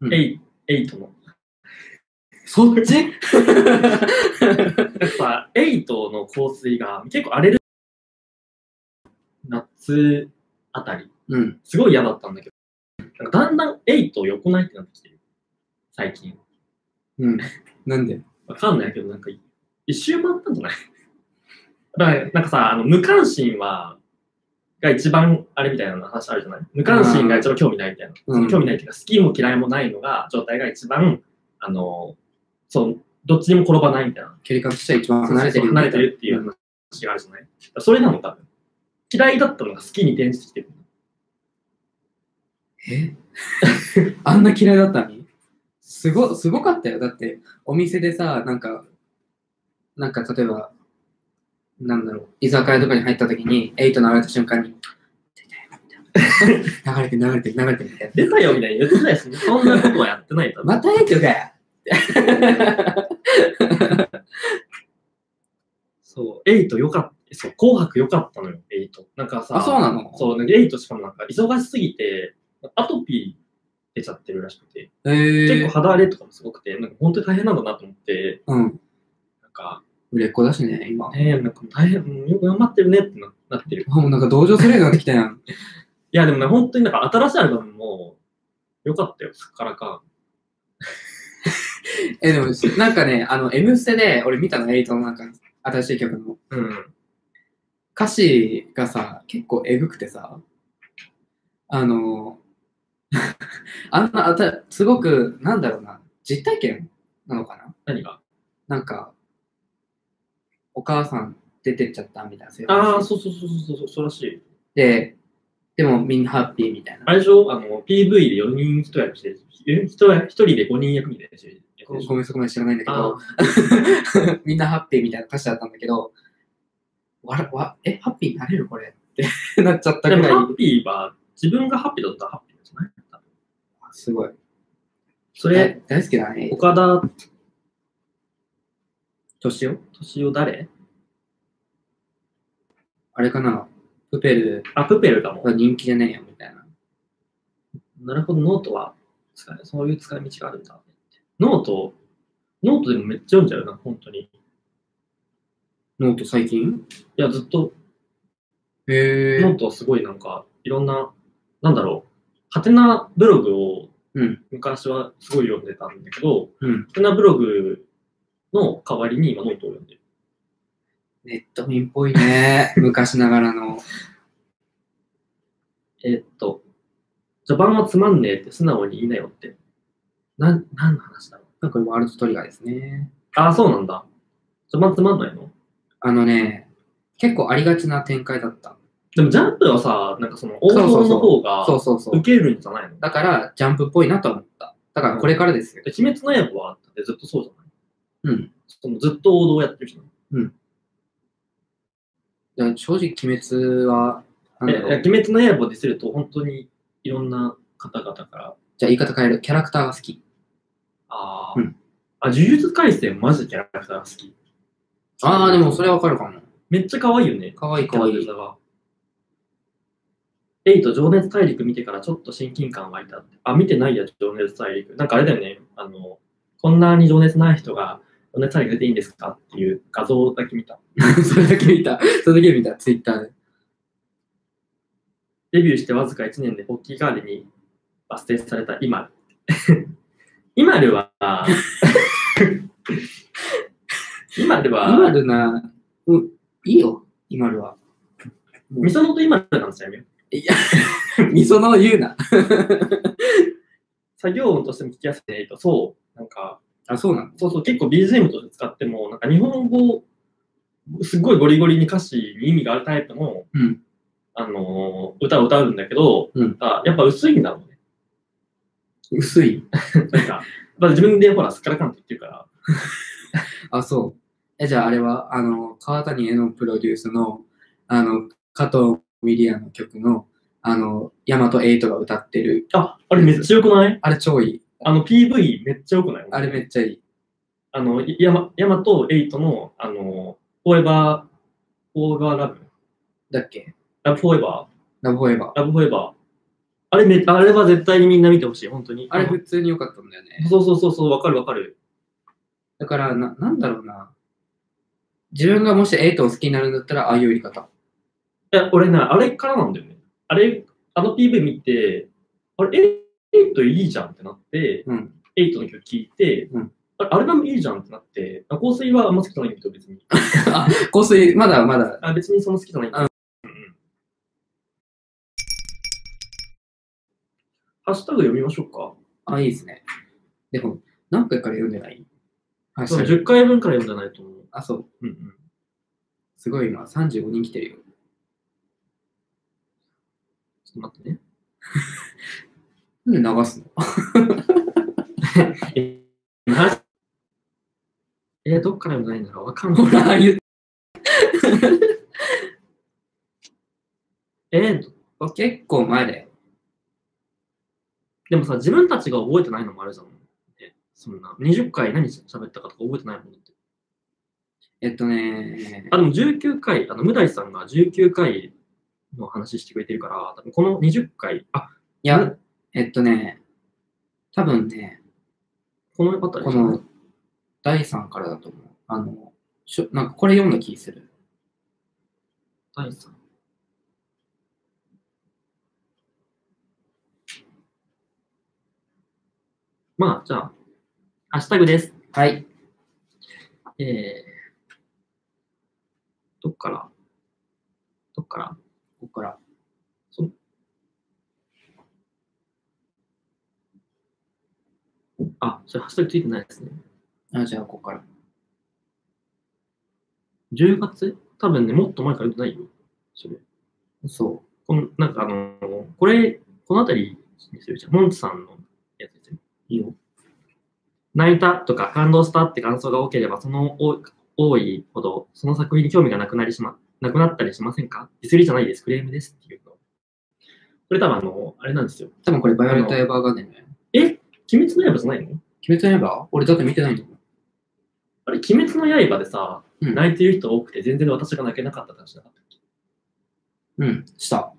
うんエイエイトの。そっちやっぱ、エイトの香水が結構荒れる。夏あたり。うん。すごい嫌だったんだけど、なんかだんだん8横ないってなってきてる。最近。うん。なんでわかんないけど、なんか一周回ったんじゃないだから、なんかさ、あの無関心は、が一番あれみたいな話あるじゃない無関心が一番興味ないみたいな。うんその興味ないっていうか、好きも嫌いもないのが、状態が一番、あの、そう、どっちにも転ばないみたいな。距離感としては一番離れてるよね。離れてるっていう話があるじゃない、それなの多分。嫌いだったのが好きに転じてきてる。えあんな嫌いだったのにすご、すごかったよ。だって、お店でさ、なんか、なんか例えば、なんだろう、居酒屋とかに入った時に、エイト流れた瞬間に、 流れてる流れてる流れてるみたいな。出たよみたいに言ってないし、そんなことはやってない多分 またエイトかよそう、エイトよかった。そう、紅白よかったのよ、エイト。なんかさ、あ、そうなのそうエイトしかもなんか忙しすぎて、アトピー出ちゃってるらしくて、へえ結構肌荒れとかもすごくて、なんか本当に大変なんだなと思って、うん。なんか、売れっ子だしね、今。えー、なんか大変、うんよく頑張ってるねってななってる。あもうなんか同情するようになってきたやん。いや、でもね、本当になんか新しいアルバムも、よかったよ、すっからかえ、でも、なんかね、あの、M ステで、俺見たの、エイトのなんか、新しい曲の。ん。うん。歌詞がさ、結構えぐくてさ、あの、 あんなあた、すごく、なんだろうな、実体験なのかな何がなんか、お母さん出てっちゃったみたいな、そういう話ああ、そうそうそうそうそう、そうらしい。で、でもみんなハッピーみたいな。あれでしょあの、PV で4人一役してるし、え一役一人で5人役みたいなし。ごごめん、そこまで知らないんだけあど、 みんなハッピーみたいな歌詞だったんだけど、わら、わ、え、ハッピーになれるこれって なっちゃったでぐもらいハ。ッピーは、自分がハッピーだったらハッピーだすごい。それ、大好きだね。岡田年を敏夫誰あれかなプペルあ、プペルだもん。が人気じゃねえよ、みたいな。なるほど、ノートは使い、そういう使い道があるんだねって。ノート、ノートでもめっちゃ読んじゃうな、本当に。いノート最近や、ずっと、へノー。トはすごいなんか、いろんな、なんだろう、ハテナブログをうん。昔はすごい読んでたんだけど、うんハテナブログの代わりに今ノートを読んでる。ネット民っぽ いね。昔ながらの。えーっと、序盤はつまんねえって素直に言いなよって。なん、何の話だろう。これワールドトリガーですね。ああ、そうなんだ。序盤つまんないのあのね、結構ありがちな展開だった。でもジャンプはさ、なんかその王そうそう道そうの方がそうそうそう受。けるんじゃないのだから、ジャンプっぽいなと思った。だから、これからですよ。で鬼滅の刃はだってずっとそうじゃないうん。そのずっと王道をやってる人なのだから正直、鬼滅は、なんだえいやろう。鬼滅の刃をディスると本当にいろんな方々から、じゃあ、言い方変える。キャラクターが好き。ああ、うんあ、呪術廻戦マジでキャラクターが好き。ああ、でもそれわかるかも。めっちゃ可愛いよね。かわいいかわいキャラクいタ。ーが。エイト、情熱大陸見てからちょっと親近感湧いたって。あ、見てないや、情熱大陸。なんかあれだよね。あの、こんなに情熱ない人が、情熱大陸出ていいんですかっていう画像だけ見た。 それだけ見た。それだけ見た。ツイッターで。デビューしてわずか1年でホッキーガールに抜擢されたイマル。 イマルは、 イマル今は、るな、うん、いいよ。今るは。ミソノとイマルなんですよ。やめよういや、 みその言うな。作業音としても聞きやすいねと、そう、なんか、あ、そうなのそうそう、結構 BGM として使っても、なんか日本語、すごいゴリゴリに歌詞に意味があるタイプの、うんあのー歌を歌うんだけど、うんあやっぱ薄いんだろうね。薄い。なんか、 まあ、自分でほら、すっからかんって言ってるから、あ、そう。え、じゃああれは、あの、川谷絵音プロデュースの、あの、加藤ミリアの曲の、あの、ヤマトエイトが歌ってる。あ、あれめっちゃ良くないあれ超いい。あの PV めっちゃ良くないあれめっちゃいい。あの、いヤマヤマとエイトの、あの、フォーエバー、フォーエバーラブ、だっけラブフォーエバラブホエバー、。ーラブフォーエバー。あれめ、あれは絶対にみんな見てほしい、本当に。あれ普通に良かったんだよね。そうそうそうそう、わかるわかる。だから、な、なんだろうな。自分がもしエイトを好きになるんだったら、ああいう売り方。いや、俺な、あれからなんだよね。あれ、あの PV 見て、あれ、エイトいいじゃんってなって、うん。エイトの曲聴いて、うんあれアルバムいいじゃんってなって、あ香水はあんま好きじゃないけど別に。香水、まだまだ。あ別にそんな好きじゃないけど。うんうんハッシュタグ読みましょうか。あ、いいですね。でも、何回から読んでないあ、そう知らない10回分から読んでないと思う。あ、そう。うんうん、すごい今、35人来てるよ。ちょっと待ってね。なんで流すのえ、なえどっから読んでないんだろうわかんほない。ら、言うえー結構前だよ。でもさ、自分たちが覚えてないのもあるじゃん。えそんな。20回何喋ったかとか覚えてないもんって。えっとねあ、でも19回、あの、無題さんが19回の話してくれてるから、多分この20回、あ、いや、えっとね、多分ね、この辺りこの第3からだと思う。あの、しょなんかこれ読んだ気する。第三まあ、じゃあ、ハッシュタグです。はい。えー、どっからどっからここから。あ、それハッシュタグついてないですね。あ、じゃあ、ここから。 10月多分ね、もっと前から言ってないよ。それ。そこの、なんかあのーこれ、このあたりにするじゃん。モンチさんのやつですよ。う。いいよ。泣いたとか感動したって感想が多ければ、その多多いほど、その作品に興味がなくなりしま、なくなったりしませんかディスりじゃないです、クレームですっていうの。これ多分あの、あれなんですよ。多分これ、バイオレット・エヴァーガーデンだよ。え鬼滅の刃じゃないの鬼滅の刃俺だって見てないんだもん。あれ、鬼滅の刃でさ、うん泣いてる人多くて全然私が泣けなかったって話なかった。うん、した。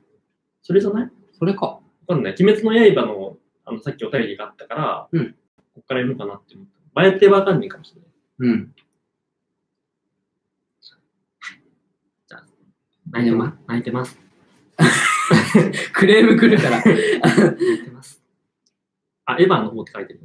それじゃないそれか。わかんない。鬼滅の刃の、あの、さっきお便りがあったから、うんこっから読むかなって思った。前ってわかんないかもしれない。うん。泣いてます。泣いて ます。クレーム来るから。泣いてます。あ、エヴァの方って書いてる。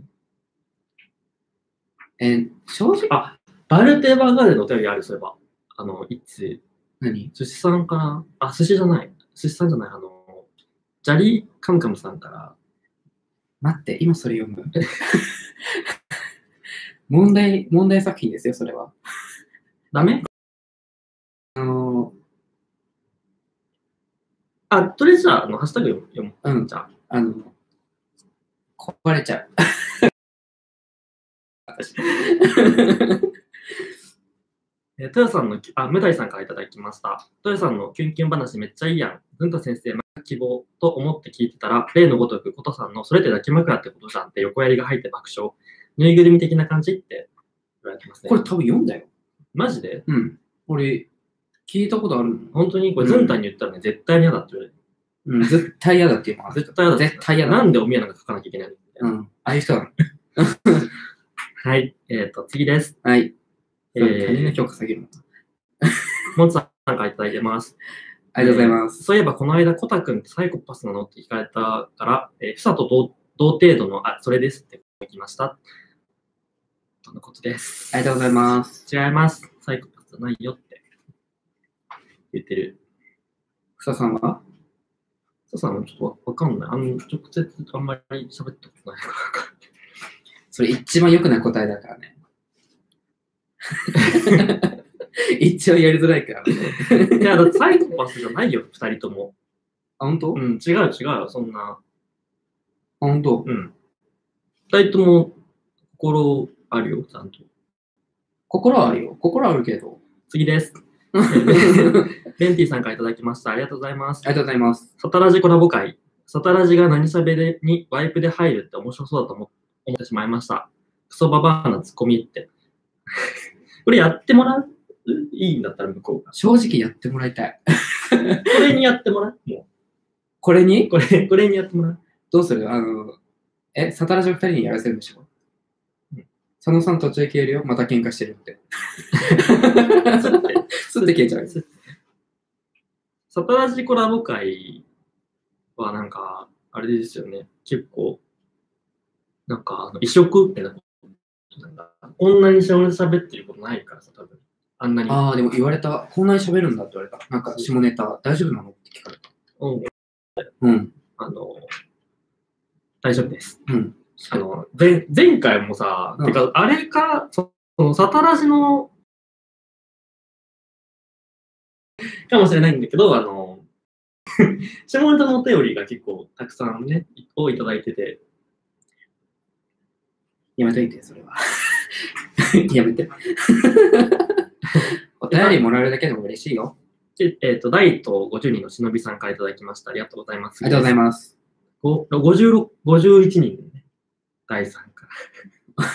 え、正直、あ、バルテーバーガーデンのお便りある、そういえば。あの、いつ、何寿司さんから、あ、寿司じゃない。寿司さんじゃない。あの、ジャリーカンカムさんから、待って、今それ読む。 問題、問題作品ですよ、それは。ダメあの、あ、とりあえずじゃあ、あの、ハッシュタグ読む読もうんう。、じゃあ、あの、壊れち ゃう。えー、トヨさんのき、あ、ムダイさんからいただきました。トヨさんのキュンキュン話めっちゃいいやん。文太先生、まあ希望と思って聞いてたら、例のごとく、ことさんのそれって抱き枕ってことじゃんって横やりが入って爆笑。ぬいぐるみ的な感じって言われてますね。これ多分読んだよ。マジでうん。俺、聞いたことあるの本当にこれ、ズンタに言ったらね、絶対に嫌だって言われる。うん、絶対嫌だっていうのは。絶対嫌だ。絶対嫌だ。なんでお宮なんか書かなきゃいけないのうん。ああいう人だ。はい。えっ、と、次です。はい。え他人のー、評価下げるの。モンツさんからいただいてます。ありがとうございます。そういえば、この間、コタ君ってサイコパスなのって聞かれたから、えー、ふさと同同程度の、あ、それですって聞きました。とのことです。ありがとうございます。違います。サイコパスじゃないよって言ってる。ふささんはふささんもちょっとわかんない。あの、直接あんまり喋ったことない からわかんない。それ一番良くない答えだか らね。一応やりづらいからね。いや、だってサイコパスじゃないよ、二人とも。あ、本当？うあ、ん、違う違う、そんな。本当。うん。二人とも心あるよ、ちゃんと。心はあるよ。心はあるけど。次です。 ありベンティさんからいただきました。ありがとうございます。がとうございます。サタラジコラボ会。サタラジが何しゃべれにワイプで入るって面白そうだと思思ってしまいました。クソババアなツッコミって。 これやってもらういいんだったら向こうが。正直やってもらいたい。これにやってもらうもこれう。にこれ、これにやってもらう。どうするあの、え、サタラジの二人にやらせるんでしょうん佐野さん途中で消えるよ。また喧嘩して るって。スッてすって消えちゃうよ。スッてサタラジコラボ会はなんか、あれですよね。結構、なんか、あの異色ってなんか、なんかこんなに喋ってることないからさ、多分。あんなに。ああ、でも言われた。こんなに喋るんだって言われた。なんか下ネタ、大丈夫なのって聞かれた。うんうん。あの、大丈夫です。うん。あの、前前回もさ、うんてか、あれか、そその、サタラジの、かもしれないんだけど、あの、 下ネタのお便りが結構たくさんね、をいただいてて、やめといて、それは。 やめて。 お便りもらえるだけでも嬉しいよ。でえっ、と、第と50人のしのびさんからいただきました。ありがとうございます。ありがとうございます。ご56 51人ね、第3から。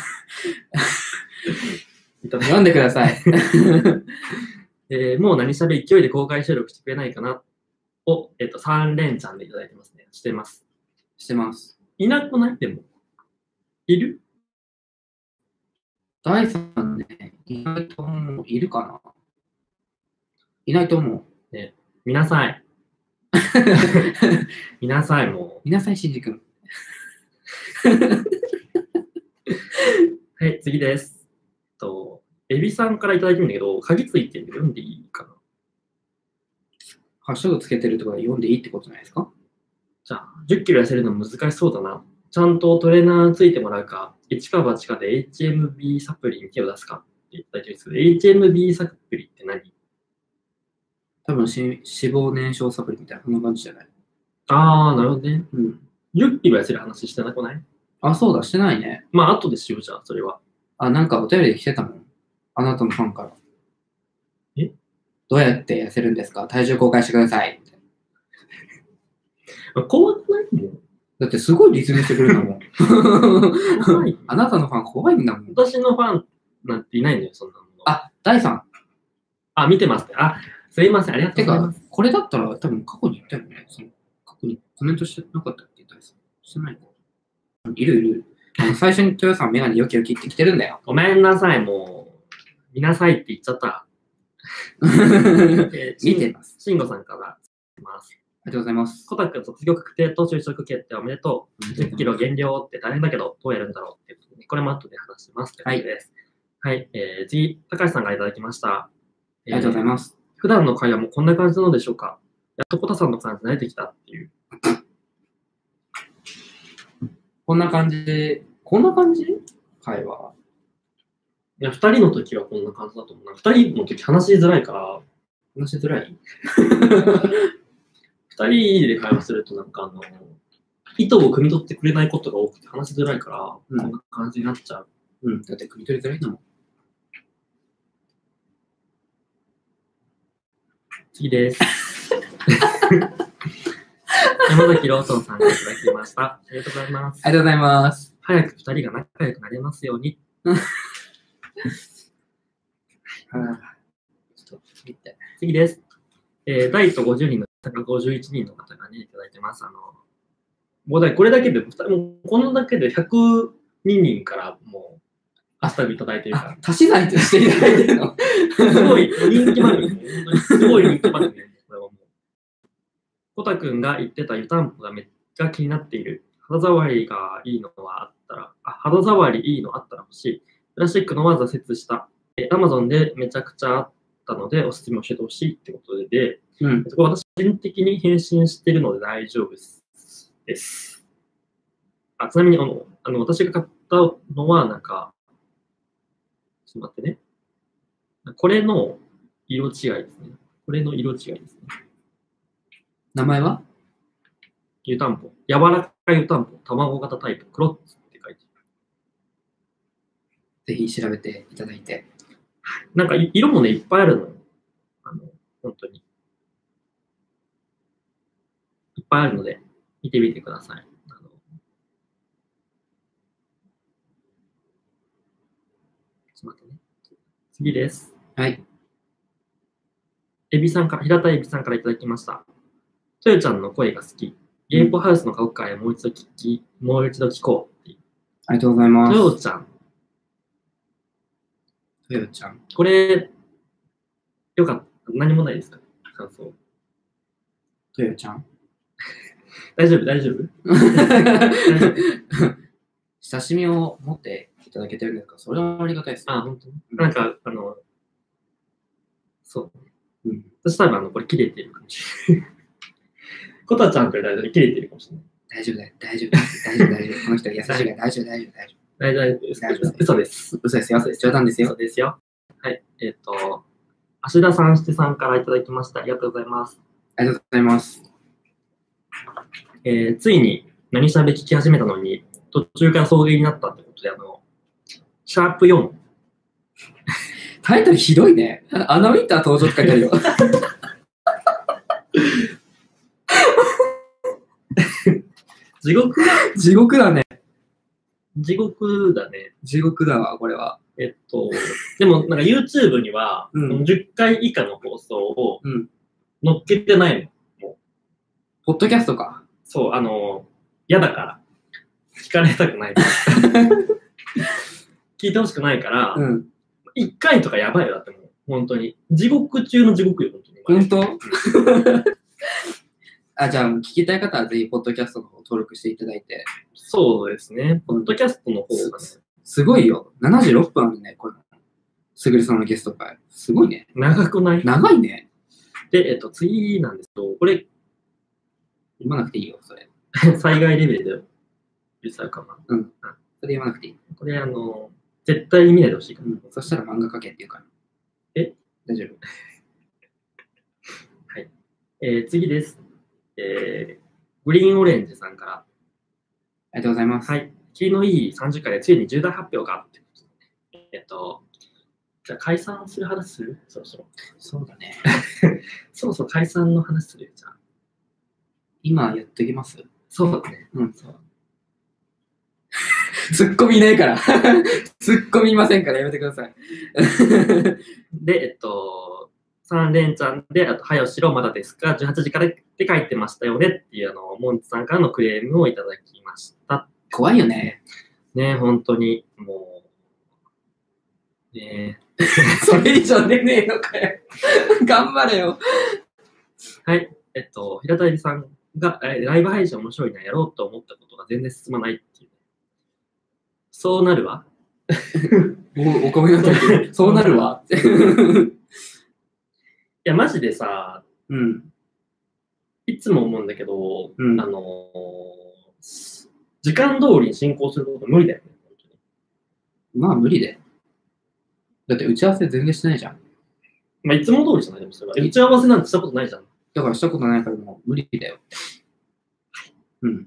いただいて読んでください。 えーもう何しゃべ勢いで公開収録してくれないかなを、えっと、3連チャンでいただいてますね。してます。してます。いなくないでも。いる第3ね、意外ともういるかないないと思う。見なさい。 見なさい、も見なさい、しんじ君。う。はい、次です。えっと、エビさんからいただいてるんだけど、鍵ついてる読んでいいかなハッシュタグつけてるとか読んでいいってことじゃないですかじゃあ、10キロ痩せるの難しそうだな。ちゃんとトレーナーついてもらうか、一か八かで HMB サプリに手を出すかっていただいてるんですけど、HMB サプリって何多分し、脂肪燃焼サプリみたいな、そんな感じじゃないあー、なるほどね。うん。 10キロ痩せる話してなくないあ、そうだ、してないね。まあ、後でしようじゃん、それは。あ、なんかお便り来てたもん。あなたのファンから。えどうやって痩せるんですか体重公開してください。まあ、こうないもん。だってすごいリツイートしてくれるんだもん。 怖いあなたのファン怖いんだもん。私のファンなんていないんだよ、そんなもの。あ、あ、第3。見てますって。あ、すいません、ありがとてうございまかす。、これだったら多分過去に言ったよね。その過去にコメントしてなかったっけ第3。してないか。いるいる。あの最初に豊さんメガネヨキヨキって来てるんだよ。 ごめんなさい、もう、見なさいって言っちゃ った。えー見てます。慎吾さんから、ます。ありがとうございます。コタくん卒業確定と就職決定おめでとう。10キロ減量って大変だけど、どうやるんだろうっていうことで、これも後で話します。はいということです。はい、えー、次、高橋さんがいただきました。あありがとうございます。普段の会話もこんな感じなのでしょうかやっとコタさんの感じ慣れてきたっていう。こんな感じ、こんな感じ会話。いや、二人の時はこんな感じだと思うな。二人の時話しづらいから、話しづらい二人で会話するとなんかあの、意図を汲み取ってくれないことが多くて話しづらいから、うんこんな感じになっちゃう。うん。だって汲み取りづらいんだもん。次です。 山崎ローソンさんがいただきました。ありがとうございます。ありがとうございます。早く二人が仲良くなれますように。あーちょっと見て。次です。えー、第一と50人の方が51人の方がね、いただいてます。あの、もうだこれだけで、もうこのだけで102人からもう、アスタグいただいてるからあ、、足し算としていただいてるの。すごい人気番組ですね。本当にすごい人気番組ですね。これはもう。コタくんが言ってた湯たんぽがめっちゃ気になっている。肌触りがいいのはあったら、あ、肌触りいいのあったら欲しい。プラスチックのは挫折した。え Amazon でめちゃくちゃあったので、おすすめ教えてほしいってことで、で うん。これ私個人的に返信してるので大丈夫です。ですあちなみにあの、あの、私が買ったのは、なんか、ちょっと待ってね。これの色違いですね。これの色違いですね。名前は湯たんぽ。柔らかい湯たんぽ。卵型タイプ。クロッツって書いてあぜひ調べていただいて。る。なんかい色もね、いっぱいあるのよ。あの、本当に。いっぱいあるので、見てみてください。あのちょっと待ってね。次です。はい。エビさんから、平田エビさんからいただきました。トヨちゃんの声が好き。ゲープハウスの家屋会をもう一度聞き、もう一度聞こうっていう。ありがとうございまトす。ヨちゃん、とよちゃん。これ、よかった。何もないですか感想。とよち ゃん。大丈夫、大丈夫親しみを持っていただけてるんですかそれはありがたいです。あ、本当になんか、あの、そう。うん。私多分、あの、これ切れてるかもしれない。コタちゃんから大丈夫、切れてるかもしれない。大丈夫だよ。大丈夫です。大丈夫、大丈夫。この人優しいから 大丈夫、大丈夫、大丈大丈夫です大丈夫。嘘です。夫。嘘ですよ。冗談です嘘よ。ですよ。はい。えっ、と、芦田さん、してさんからいただきました。ありがとうございます。ありがとうございます。えーついに何しゃべ聞き始めたのに、途中から送迎になったってことで、あの、シャープ4、タイトルひどいね。アナウィンター登場って書いてあるよ。 地獄、地獄だね。地獄だね。地獄だわ、これは。えっと、でもなんか YouTube には、うんこの10回以下の放送をうん載っけてないの。ポッドキャストか。そう、あの、嫌だから。聞かれたくない。 聞いてほしくないから、うん。 1回とかやばいよ、だってもう、本当に。地獄中の地獄よ、本当に。本当 あ、じゃあ、聞きたい方はぜひ、ポッドキャストの方登録していただいて。そうですね。ポッドキャストの方がね、すごいよ。76分あるね、これ。すぐるさんのゲスト会。すごいね。長くない長いね。で、えっと、次なんですけど、これ、 言わなくていいよ、それ。災害レベルで言っちゃうかな。それ言わなくていい。これ、あの、絶対に見ないでほしいかうん。そしたら漫画描けって言うから。え大丈夫。ら。えー次です。えーグリーンオレンジさんから。ありがとうございます。はい。霧のいい30回でついに重大発表がってことで。えっと、じゃあ解散する話するそろそろ。そうだね。そろそろ解散の話するじゃあ。今、やっときます。そうだね。うん、そう。 ツッコミいないから。 ツッコミいませんからやめてください。で、えっと、3連チャンで、あと、はよしろまだですか、18時からって書いてましたよねっていう、あの、モンチさんからのクレームをいただきました。怖いよね。ね、本当に、もう、ねそれ以上出ねえのかよ。頑張れよ。はい、えっと、平田由里さんが、えライブ配信面白いな、やろうと思ったことが全然進まないっていう。そうなるわ。お、お米 の時、そうなるわ。いや、マジでさ、うん。いつも思うんだけど、うんあのー時間通りに進行すること無理だよね。本当にまあ無理だよ。だって打ち合わせ全然してないじゃん。まあ、いつも通りじゃないでもそれは。打ち合わせなんてしたことないじゃん。だからしたことないからもう無理だよ。うん。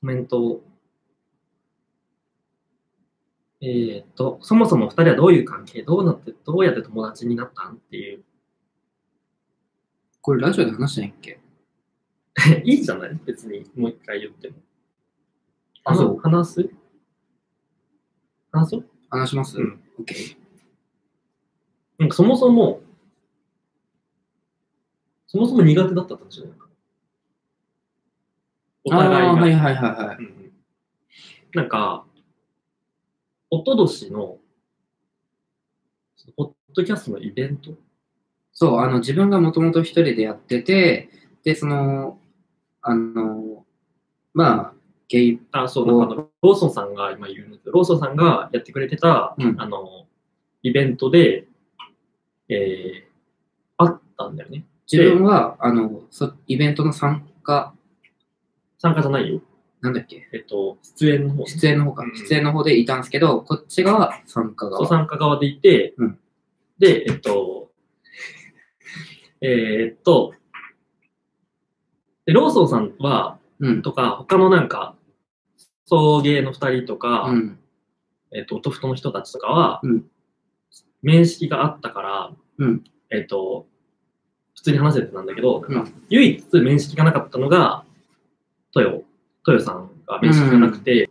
コメントを。えーっと、そもそも2人はどういう関係、どうなって、どうやって友達になったんっていう。これラジオで話したんやっけ いいじゃない別に、もう一回言っても。あそう話す話そう話します、うん、オッケー。なんかそもそも、そもそも苦手だったって話じゃないか。お互いが。あーはいはいはいはい。うんなんか、おととしの、そのポッドキャストのイベントそう、あの、自分がもともと一人でやってて、で、その、あの、まあ、ゲイ、あ、そう、おなんかあのローソンさんが今言うんですけど、ローソンさんがやってくれてた、うんあの、イベントで、えー、あったんだよね。自分は、あの、そイベントの参加、参加じゃないよ。なんだっけ、えっと、出演の方。出演の方かうん、出演の方でいたんですけど、こっちが参加そう側。参加側でいて、うんで、えっと、 えーっと、でローソンさんは、うん。とか、他のなんか、送迎の二人とか、うん。えっと、音太の人たちとかは、うん面識があったから、うんえっと、普通に話せてたんだけど、うんなんか唯一面識がなかったのが、トヨ、トヨさんが面識がなくて、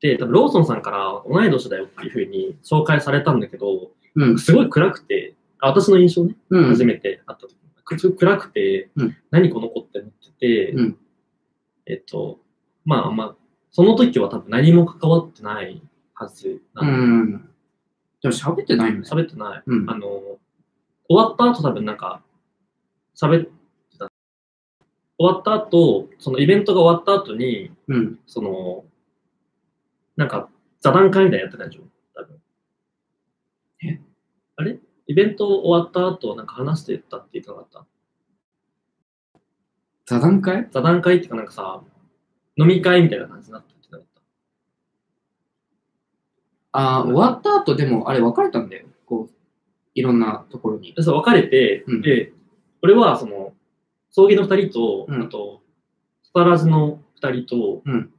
で、多分ローソンさんから同い年だよっていうふうに紹介されたんだけど、うん。すごい暗くて、あ私の印象ね、うん。初めて会った時、くすごい暗くて、うん何この子って思ってて、うんえっと、まあまあ、その時は多分何も関わってないはずなうんでん。でも喋ってないんだよ。喋ってない。うんあ。の、終わった後多分なんか、喋ってた。終わった後、そのイベントが終わった後に、うん。その、なんか、座談会みたいなのやってたでしょ多分。えあれイベント終わった後、なんか話してたって言ってなかった座談会座談会っていうかなんかさ、飲み会みたいな感じになってた。ああ、終わった後でも、あれ別れたんだよ。こう、いろんなところに。で、そう別れて、うんで、俺はその、葬儀の二人と、うんあと、スタラジの二人と、うん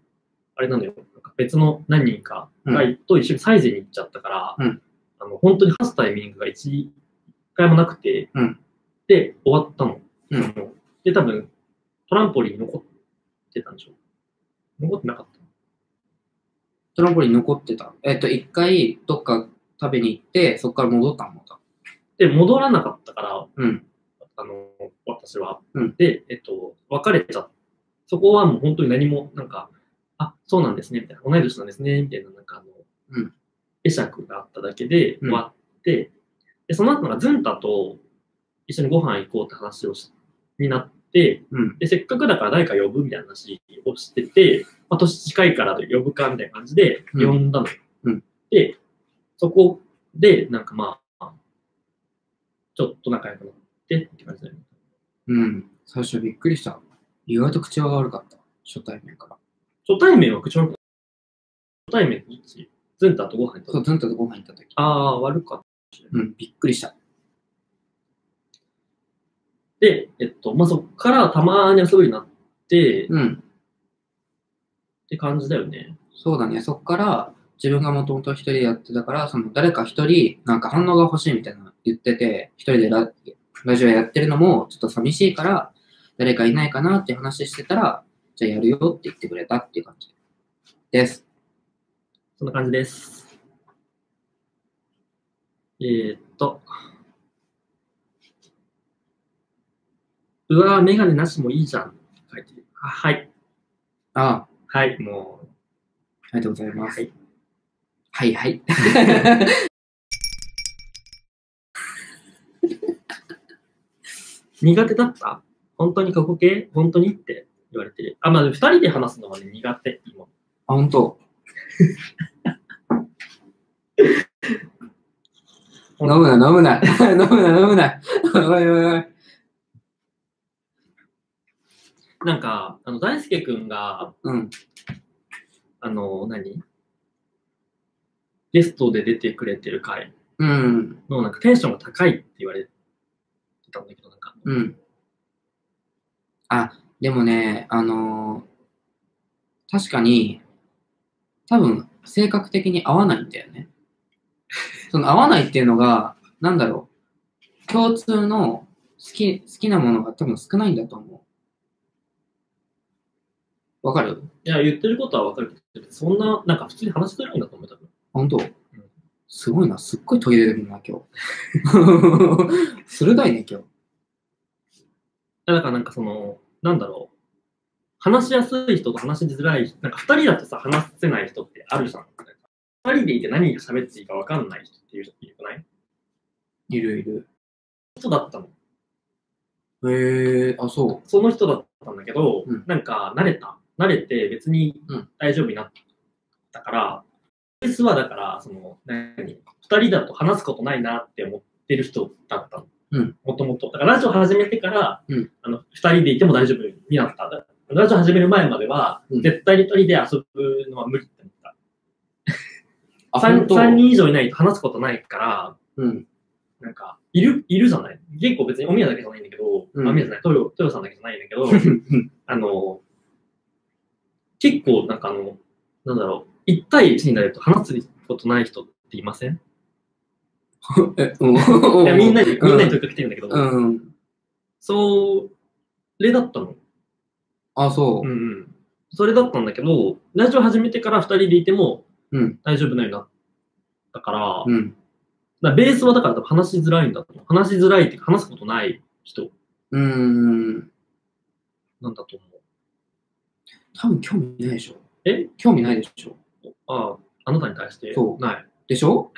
あれなんだよ、なんか別の何人かが、うと一緒にサイゼに行っちゃったから、うんあの本当に話すタイミングが一回もなくて、うんで、終わったの。うんで、多分、トランポリンに残ってたんでしょ残ってなかった。トランポリン残ってた。えっと、一回、どっか食べに行って、そこから戻ったのまた。で、戻らなかったから、うん。あの、私は。うんで、えっと、別れちゃった。そこはもう本当に何も、なんか、あ、そうなんですね、みたいな、同い年なんですね、みたいな、なんかあの、うん会釈があっただけでう終んわって、で、その後がズンタと一緒にご飯行こうって話をし、になって、うん。で、せっかくだから誰か呼ぶみたいな話をしてて、まあ、年近いから呼ぶかみたいな感じでうん呼んだの。うんで、そこで、なんかまあ、ちょっと仲良くなってって感じだよね。うん。最初びっくりした。意外と口は悪かった。初対面から。初対面は口悪くない。初対面どっちズンタとご飯行ったそう、のずんとご飯行った時。ああ、悪かった。うん、びっくりした。で、えっと、まあ、そっからたまに遊ぶようになって、っうん。て感じだよね。そうだね。そこから、自分がもともと一人でやってたから、その誰か一人、なんか反応が欲しいみたいなの言ってて、一人でララジオやってるのも、ちょっと寂しいから、誰かいないかなって話してたら、じゃあやるよって言ってくれたっていう感じです。そんな感じです。えー、っと。うわー、メガネなしもいいじゃん。書いてるあはい。あはい、も。ありがとうございうます。い。はいはい。苦手だった本当に過去形本当にって言われてる。あ、まあ、二人で話すのはね、苦手、今。あ、本当。飲むな、飲 むな。飲むな、飲むな。おいおいおい。なんか、あの、大輔くんが、うん。あの、何ゲストで出てくれてる回うん。の、なんかテンションが高いって言われてたんだけど、なんか、うん。あ、でもね、あのー確かに、多分、性格的に合わないんだよね。その合わないっていうのが、なんだろう。共通の好き、好きなものが多分少ないんだと思う。わかるいや、言ってることはわかるけど、そんな、なんか普通に話しづらいんだと思う、多分。本当すごいな、すっごい途切れるな、今 日。鋭いね、今い日。やだからなんかその、なんだろう。話しやすい人と話しづらい人、なんか二人だとさ、話せない人ってあるじゃん。二人でいて何が喋っていいかわかんない人っていう人いるくないいるいる。人だったの。へえ、あ、そその人だったんだけど、うんなんか慣れた。慣れて別にうん大丈夫になったから、ベースはだから、その、何二人だと話すことないなって思ってる人だったの。うんもともと。だからラジオ始めてから、うんあの、二人でいても大丈夫になった。ラジオ始める前までは、うん絶対に二人で遊ぶのは無理って思った。う。あ、三本当三人以上いないと話すことないから、 うん。なんか、いる、いるじゃない結構別におみやだけじゃないんだけど、うんあおみやじゃない、トヨ、トヨさんだけじゃないんだ けど、うんあの、結構なんかあの、なんだろう、一対一になると話すことない人っていません え、うん。いやみんなに、うんみんなに問いかけてるんだけど、うん。それだったの。あ、そうう。んうん。それだったんだけど、ラジオ始めてから二人でいてもうん。大丈夫なようになったから、うん。だからベースはだから多分話しづらいんだと思う。話しづらいっていうか話すことない人うん。なんだと思う。多分興味ないでしょ。え興味ないでしょ。ああ、あなたに対してそうない。でしょ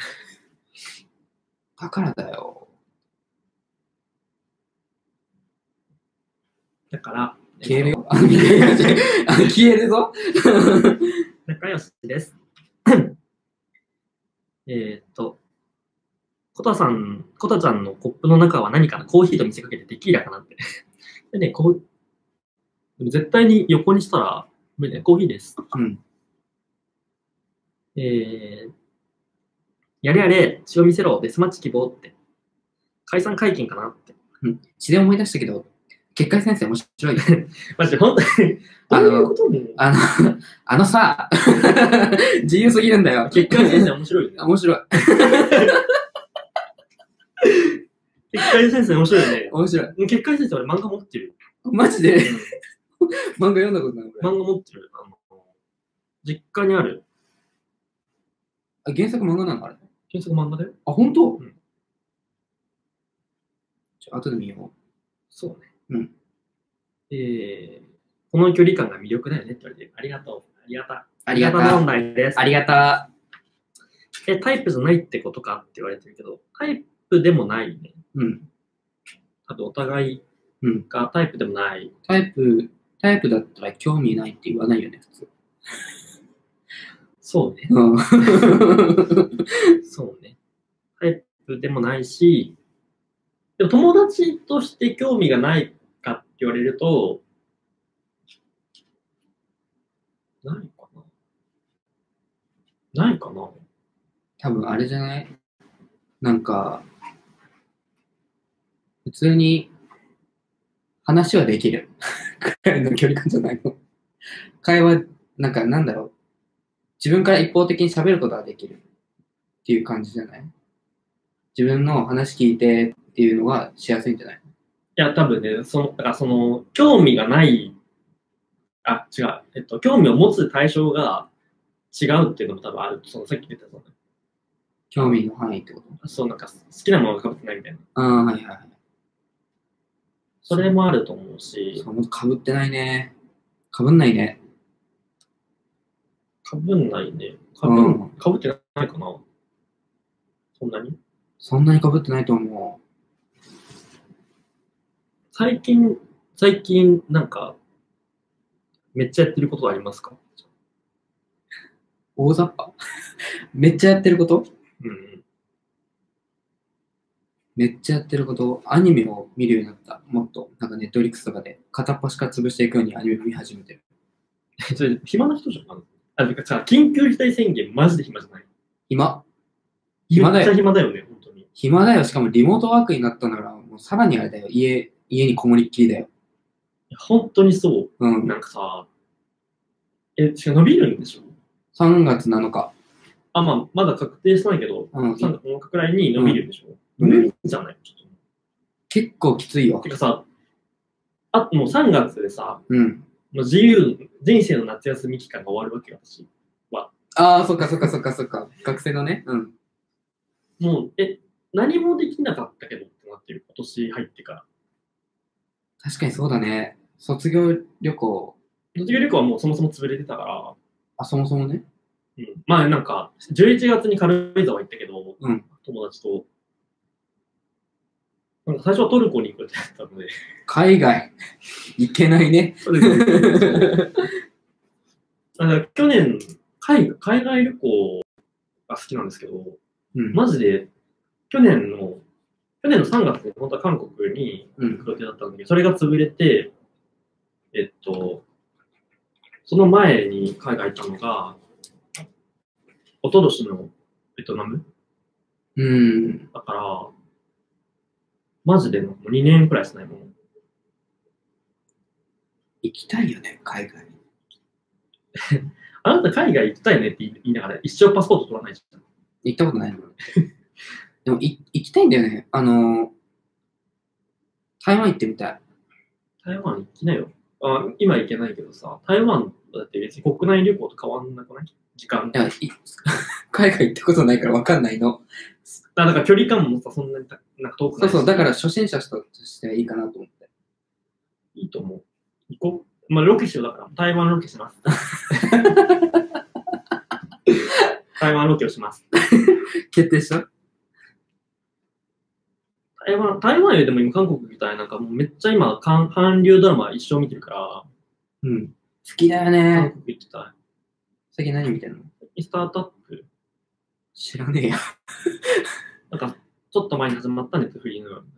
だからだよ。だから、消えるえっ よ。あ、消えるぞ。と仲良しです。 えーっと、コタさん、コタちゃんのコップの中は何かなコーヒーと見せかけてテキーラかなって。 でね、こう、でも絶対に横にしたら、無理ねコーヒーです。うん。えー、やれやれ、血を見せろ、デスマッチ希望って。解散会見かなって。血で思い出したけど、結界先生面白いよ。マジで本当 に、あどういうのこ、とも、あの、あのさ、 自由すぎるんだよ。結界先生面白いよね。面白い。 結界先生面白いよね。面白い。 結界先生俺漫画持ってる よ。マジで漫画読んだことない。俺漫画持ってる。あの、実家にある。あ原作漫画なのあれ。原作漫画だよ。あ、本当んちょ後で見よそうね。うん。えー、この距離感が魅力だよねって言われてる。ありがとう。ありがた。う。ありがとあ問う。題です。ありがた。え、タイプじゃないってことかって言われてるけど、タイプでもないね。うん。多分お互いうん。がタイプでもない。タイプ、タイプだったら興味ないって言わないよね、普通。そうね。うん。そうね。タイプでもないし、でも友達として興味がないかって言われると、ないかなないかな 多分あれじゃないなんか、普通に話はできる。 くらいの距離感じゃないの。会話、なんかなんだろう。自分から一方的に喋ることができるっていう感じじゃない自分の話聞いてっていうのがしやすいんじゃないいや、多分ね、その、だからその、興味がないあ、違う。えっと、興味を持つ対象が違うっていうのも多分ある。そのさっき言ったその、興味の範囲ってことそうなんか好きなものが被ってないみたいな。ああ、はいはいはい。それもあると思うし、そう、もうかぶってないね。かぶんないね。被んないね。被うんん、被ってないかなそんなにそんなにかぶってないと思最近、最近、なんか、めっちゃやってることありますかう。大雑把 めっちゃやってることうん。めっちゃやってること。アニメを見るようになった。もっと。なんかネットフリックスとかで片っ端から潰していくようにアニメ見始めてる。 それ、暇な人じゃん。あ、てかさ、緊急事態宣言、マジで暇じゃない。今暇だめっちゃよ。暇だよね、本当に。暇だよ。しかもリモートワークになったなら、もうさらにあれだよ。家、家にこもりっきりだよ。本当にそうう。ん。なんかさ、え、しかも伸びるんでしょ3月7日。あ、まあ、まだ確定してないけど、うん。 3月7日くらいに伸びるんでしょうん無理じゃないちょっ結構きついよと。て。かさ、あもう3月でさ、うん。もう自由、人生の夏休み期間が終わるわけよ、私。ああ、そっかそっかそっかそっか。学生のね。うん。もう、え、何もできなかったけどってなってる、今年入ってから。確かにそうだね。卒業旅行、卒業旅行はもうそもそも潰れてたから、あ、そもそもね。うん、まあなんか、11月に軽井沢行ったけど、うん友達と、なんか最初はトルコに行くってやったので、海外、 行けないね。トルコに行 くそうだから去年海、海外旅行が好きなんですけど、うん。マジで、去年の、去年の3月に本当は韓国にうん。行く予定だったんだけど、それが潰れて、えっと、その前に海外行ったのが、おととしのベトナムうん。だから、マジでもう2年くらいしないもん。行きたいよね、海外。あなた海外行きたいねって言いながら一生パスポート取らないじゃん。行ったことないの でも、い行きたいんだよね。あのー、台湾行ってみたい。台湾行きなよ。あ今行けないけどさ、台湾だって別に国内旅行と変わんなくない時間い。や、い 海外行ったことないから分かんないの。だから距離感もさ、そんなにたなんか遠くそなういしそう、だから初心者としていいかなと思って。いいと思う。行こう。まあ、ロケしようだから、台湾ロケします。台湾ロケをします。決定した台湾、台湾よりでも今韓国みたいな、なんかもうめっちゃ今、韓韓流ドラマ一生見てるかうん。好きだら、よ韓ね。国行きた最近何見てんのい。スタートアップ、知らねえや。なんか、ちょっと前に始まったネットフリーの、なんか、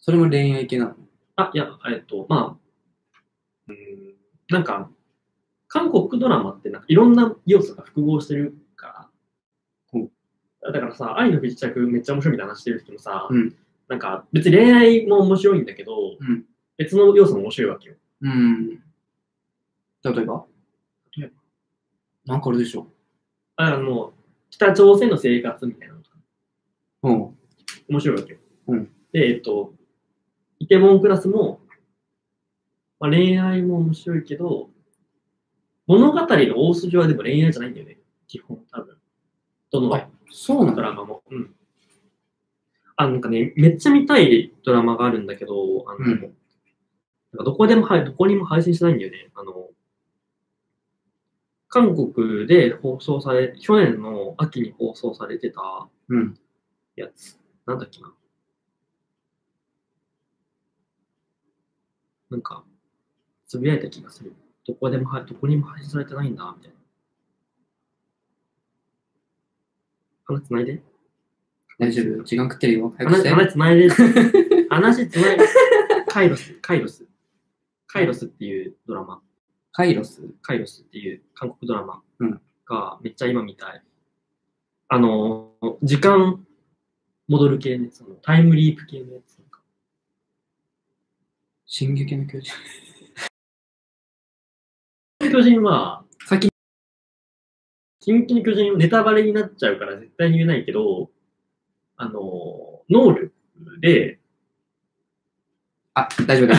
それも恋愛系なのあ、いや、えっと、まあ、うん、なんか、韓国ドラマってなんかいろんな要素が複合してるかうんら、だからさ、愛の不時着めっちゃ面白いみたいな話してる時もさ、うんなんか別に恋愛も面白いんだけど、うん別の要素も面白いわけよ。うん。例えば例えばなんかあれでしょだからもう、北朝鮮の生活みたいなのとか、うん。面白いわけよ。うんで、えっと、イテモンクラスも、まあ、恋愛も面白いけど、物語の大筋はでも恋愛じゃないんだよね。基本、多分。どのあそうなドのラマも。うん。あ、なんかね、めっちゃ見たいドラマがあるんだけど、あの、うんなんかどこでもはい、どこにも配信しないんだよね。あの、韓国で放送され、去年の秋に放送されてたうん。やつ、なんだっけな。なんか、つぶやいた気がする。どこでもは、どこにも配信されてないんだ、みたいな。話つないで。大丈夫。時間食ってるよ。早くし話て。話つないで。 話つないで。カイロス、カイロス。カイロスっていうドラマ、カイロス。カイロスっていう韓国ドラマうんがめっちゃ今見たい。あの、時間戻る系のやつ、そのタイムリープ系のやつ。進撃の巨人。巨人は、先近畿の巨人、ネタバレになっちゃうから絶対に言えないけど、あの、能力で、あ、大丈 夫で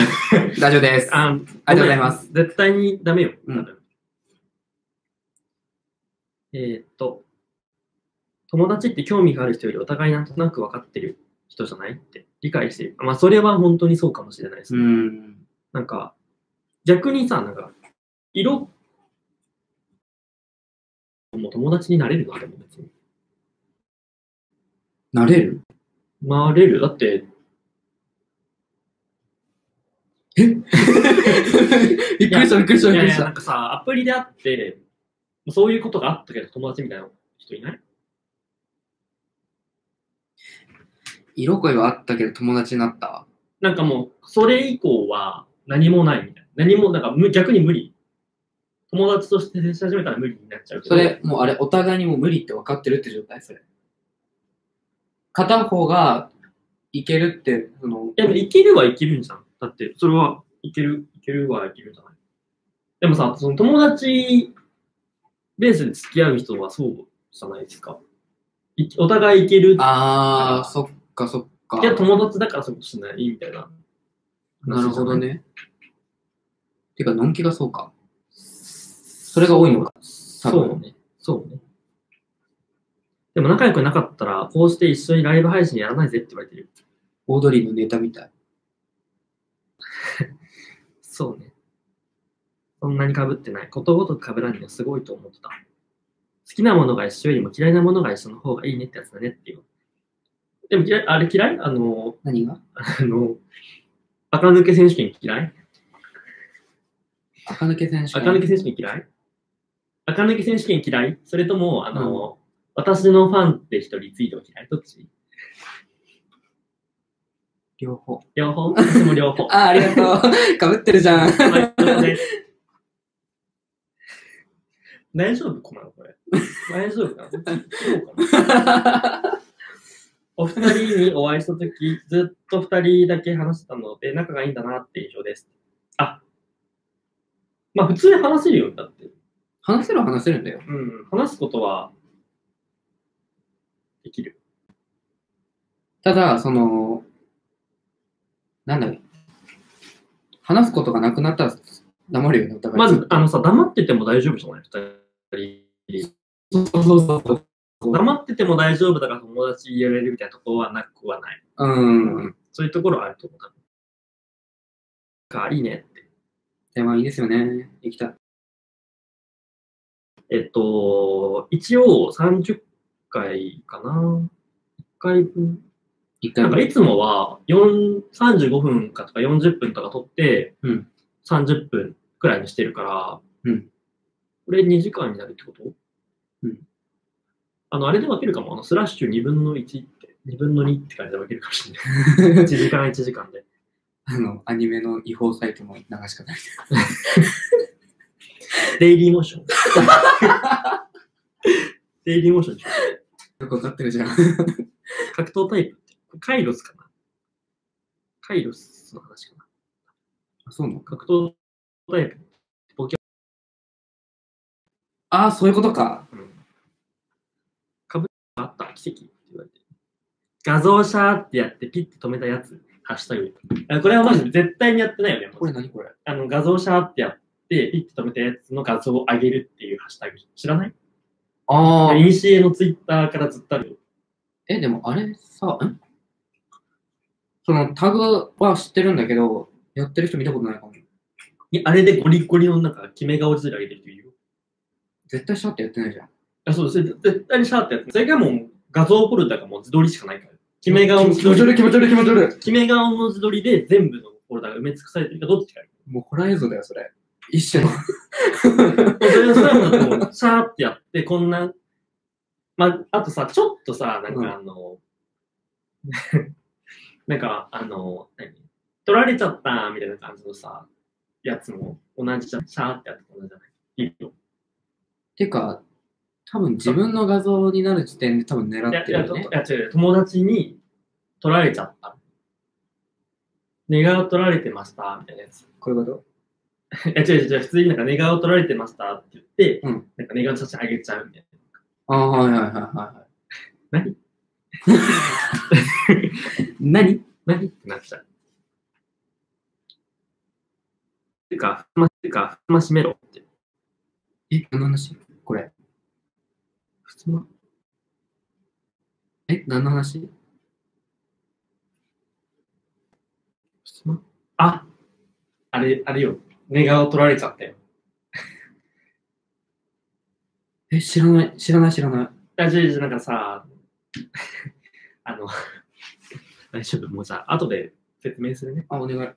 す。大丈夫です。ああありりがとうございます。。絶対にダメよ。う多ん分えーっと、友達って興味がある人よりお互いなんとなく分かってる人じゃないって理解してる。まあ、それは本当にそうかもしれないですうね。ん。なんか、逆にさ、なんか、色、もう友達になれるのでも別に。なれ るなれるだって、びっくりした、びっくりした、びっくりしいやいやなたん。かさ、アプリであって、そういうことがあったけど友達みたいな人いない色恋はあったけど友達になったわ。なんかもう、それ以降は何もないみたいな。何も、なんかむ逆に無理。友達として接し始めたら無理になっちゃうけそど。れ、もうあれ、お互いにもう無理って分かってるって状態、それ。片方がいけるって、その、いや、でもいけるはいけるんじゃん。だって、それは、いける、いけるはいけるんじゃないでもさ、その友達ベースで付き合う人はそうじゃないですか。いお互いいける。あー、そっかそっかい。や、友達だからそういうことしないみたいな。なるほど。ね。てか、のんきがそうか。それが多いのか。多分そうね。そうね。でも仲良くなかったら、こうして一緒にライブ配信やらないぜって言われてる。オードリーのネタみたい。そうね。そんなに被ってない。ことごとく被らないのすごいと思ってた。好きなものが一緒よりも嫌いなものが一緒の方がいいねってやつだねっていう。でも嫌い、あれ嫌いあの、何があの、垢抜け選手権嫌い赤抜け選手権垢抜け選手権嫌い垢抜け選手権嫌いそれとも、あの、私のファンって人リツイート嫌いどっち両方。両方私も両方。あー、ありがとう。 かぶってる じゃん。はいどうぞね大丈夫かなこれ。大丈夫かなどうかなお二人にお会いしたとき、ずっと二人だけ話してたので、仲がいいんだなって印象です。あ、まあ普通に話せるようになって。話せるは話せるんだよ。うん、話すことはできる。ただ、その、なんだろう。話すことがなくなったら黙るよね、お互い。まず、あのさ、黙ってても大丈夫じゃない二人。そうそうそうそう。黙ってても大丈夫だから友達言えれるみたいなところはなくはない。うん。そういうところはあると思う。か、いいねって。でもいいですよね。行きたい。えっと、一応30回かな。1回分。一回なんかも。いつもは4 35分かとか40分とか取って、うん30分くらいにしてるから、うんこれ2時間になるってことうんあの、あれで分けるかも。あのスラッシュ2分の1って、2分の2って感じで分けるかもしれない。1時間1時 間で。あの、アニメの違法サイトも流し方。デイリーモーション。デイリーモーションでしょよくわかってるじゃん。 格闘タイプって、カイロスかなカイロスの話かなそうなの格闘タイプ。ああ、そういうことか。うん。かぶあった、奇跡って言われて。画像シャーってやってピッて止めたやつ、ハッシュタグ。あこれはマジで絶対にやってないよね。これ何これあの画像シャーってやって、ピッて止めたやつの画像を上げるっていうハッシュタグ。知らないああ。イニシエのツイッターからずっとあるよ。え、でもあれさ、んそのタグは知ってるんだけど、やってる人見たことないかも。いやあれでゴリゴリのなんか、決め顔ずり上げてる人いるよ。絶対シャーってやってないじゃん。あそうです。絶対にシャーってやって。それがもう画像フォルダがもう自撮りしかないから。決め顔の気自持撮ち悪いり。気持ち悪い気持ち悪決め顔の自撮りで全部のフォルダが埋め尽くされてるかどっちか。い。もうホラー映像だよ、それ。一種の。それそれもだってもうシャーってやって、こんな、まあ、あとさ、ちょっとさ、なんうんかあの、 なんかあの、何取られちゃったみたいな感じのさ、やつも同じじゃん。シャーってやって同じじゃない。いいよ てか、多分自分の画像になる時点で多分狙いやっているやよね。といや違う違う友達に取られちゃった。寝顔取られてました、みたいなやつ。 こういうこといや違う違う違う、普通になんか寝顔取られてましたって言って、うんなんか寝顔の写真あげちゃうみたいな。ああ、はいはいはいはい。何何 何ってなっちゃう。てか、ふまてか、ふましめろって。え、何の話これ。ふつまえ、何の話ふつまあ、あれ、あれよ。ネガを取られちゃったよ。え、知らない、知らない、知らない。大丈夫なんか さ、あの、大丈夫。もうじゃあ、後で説明するね。あ、お願い。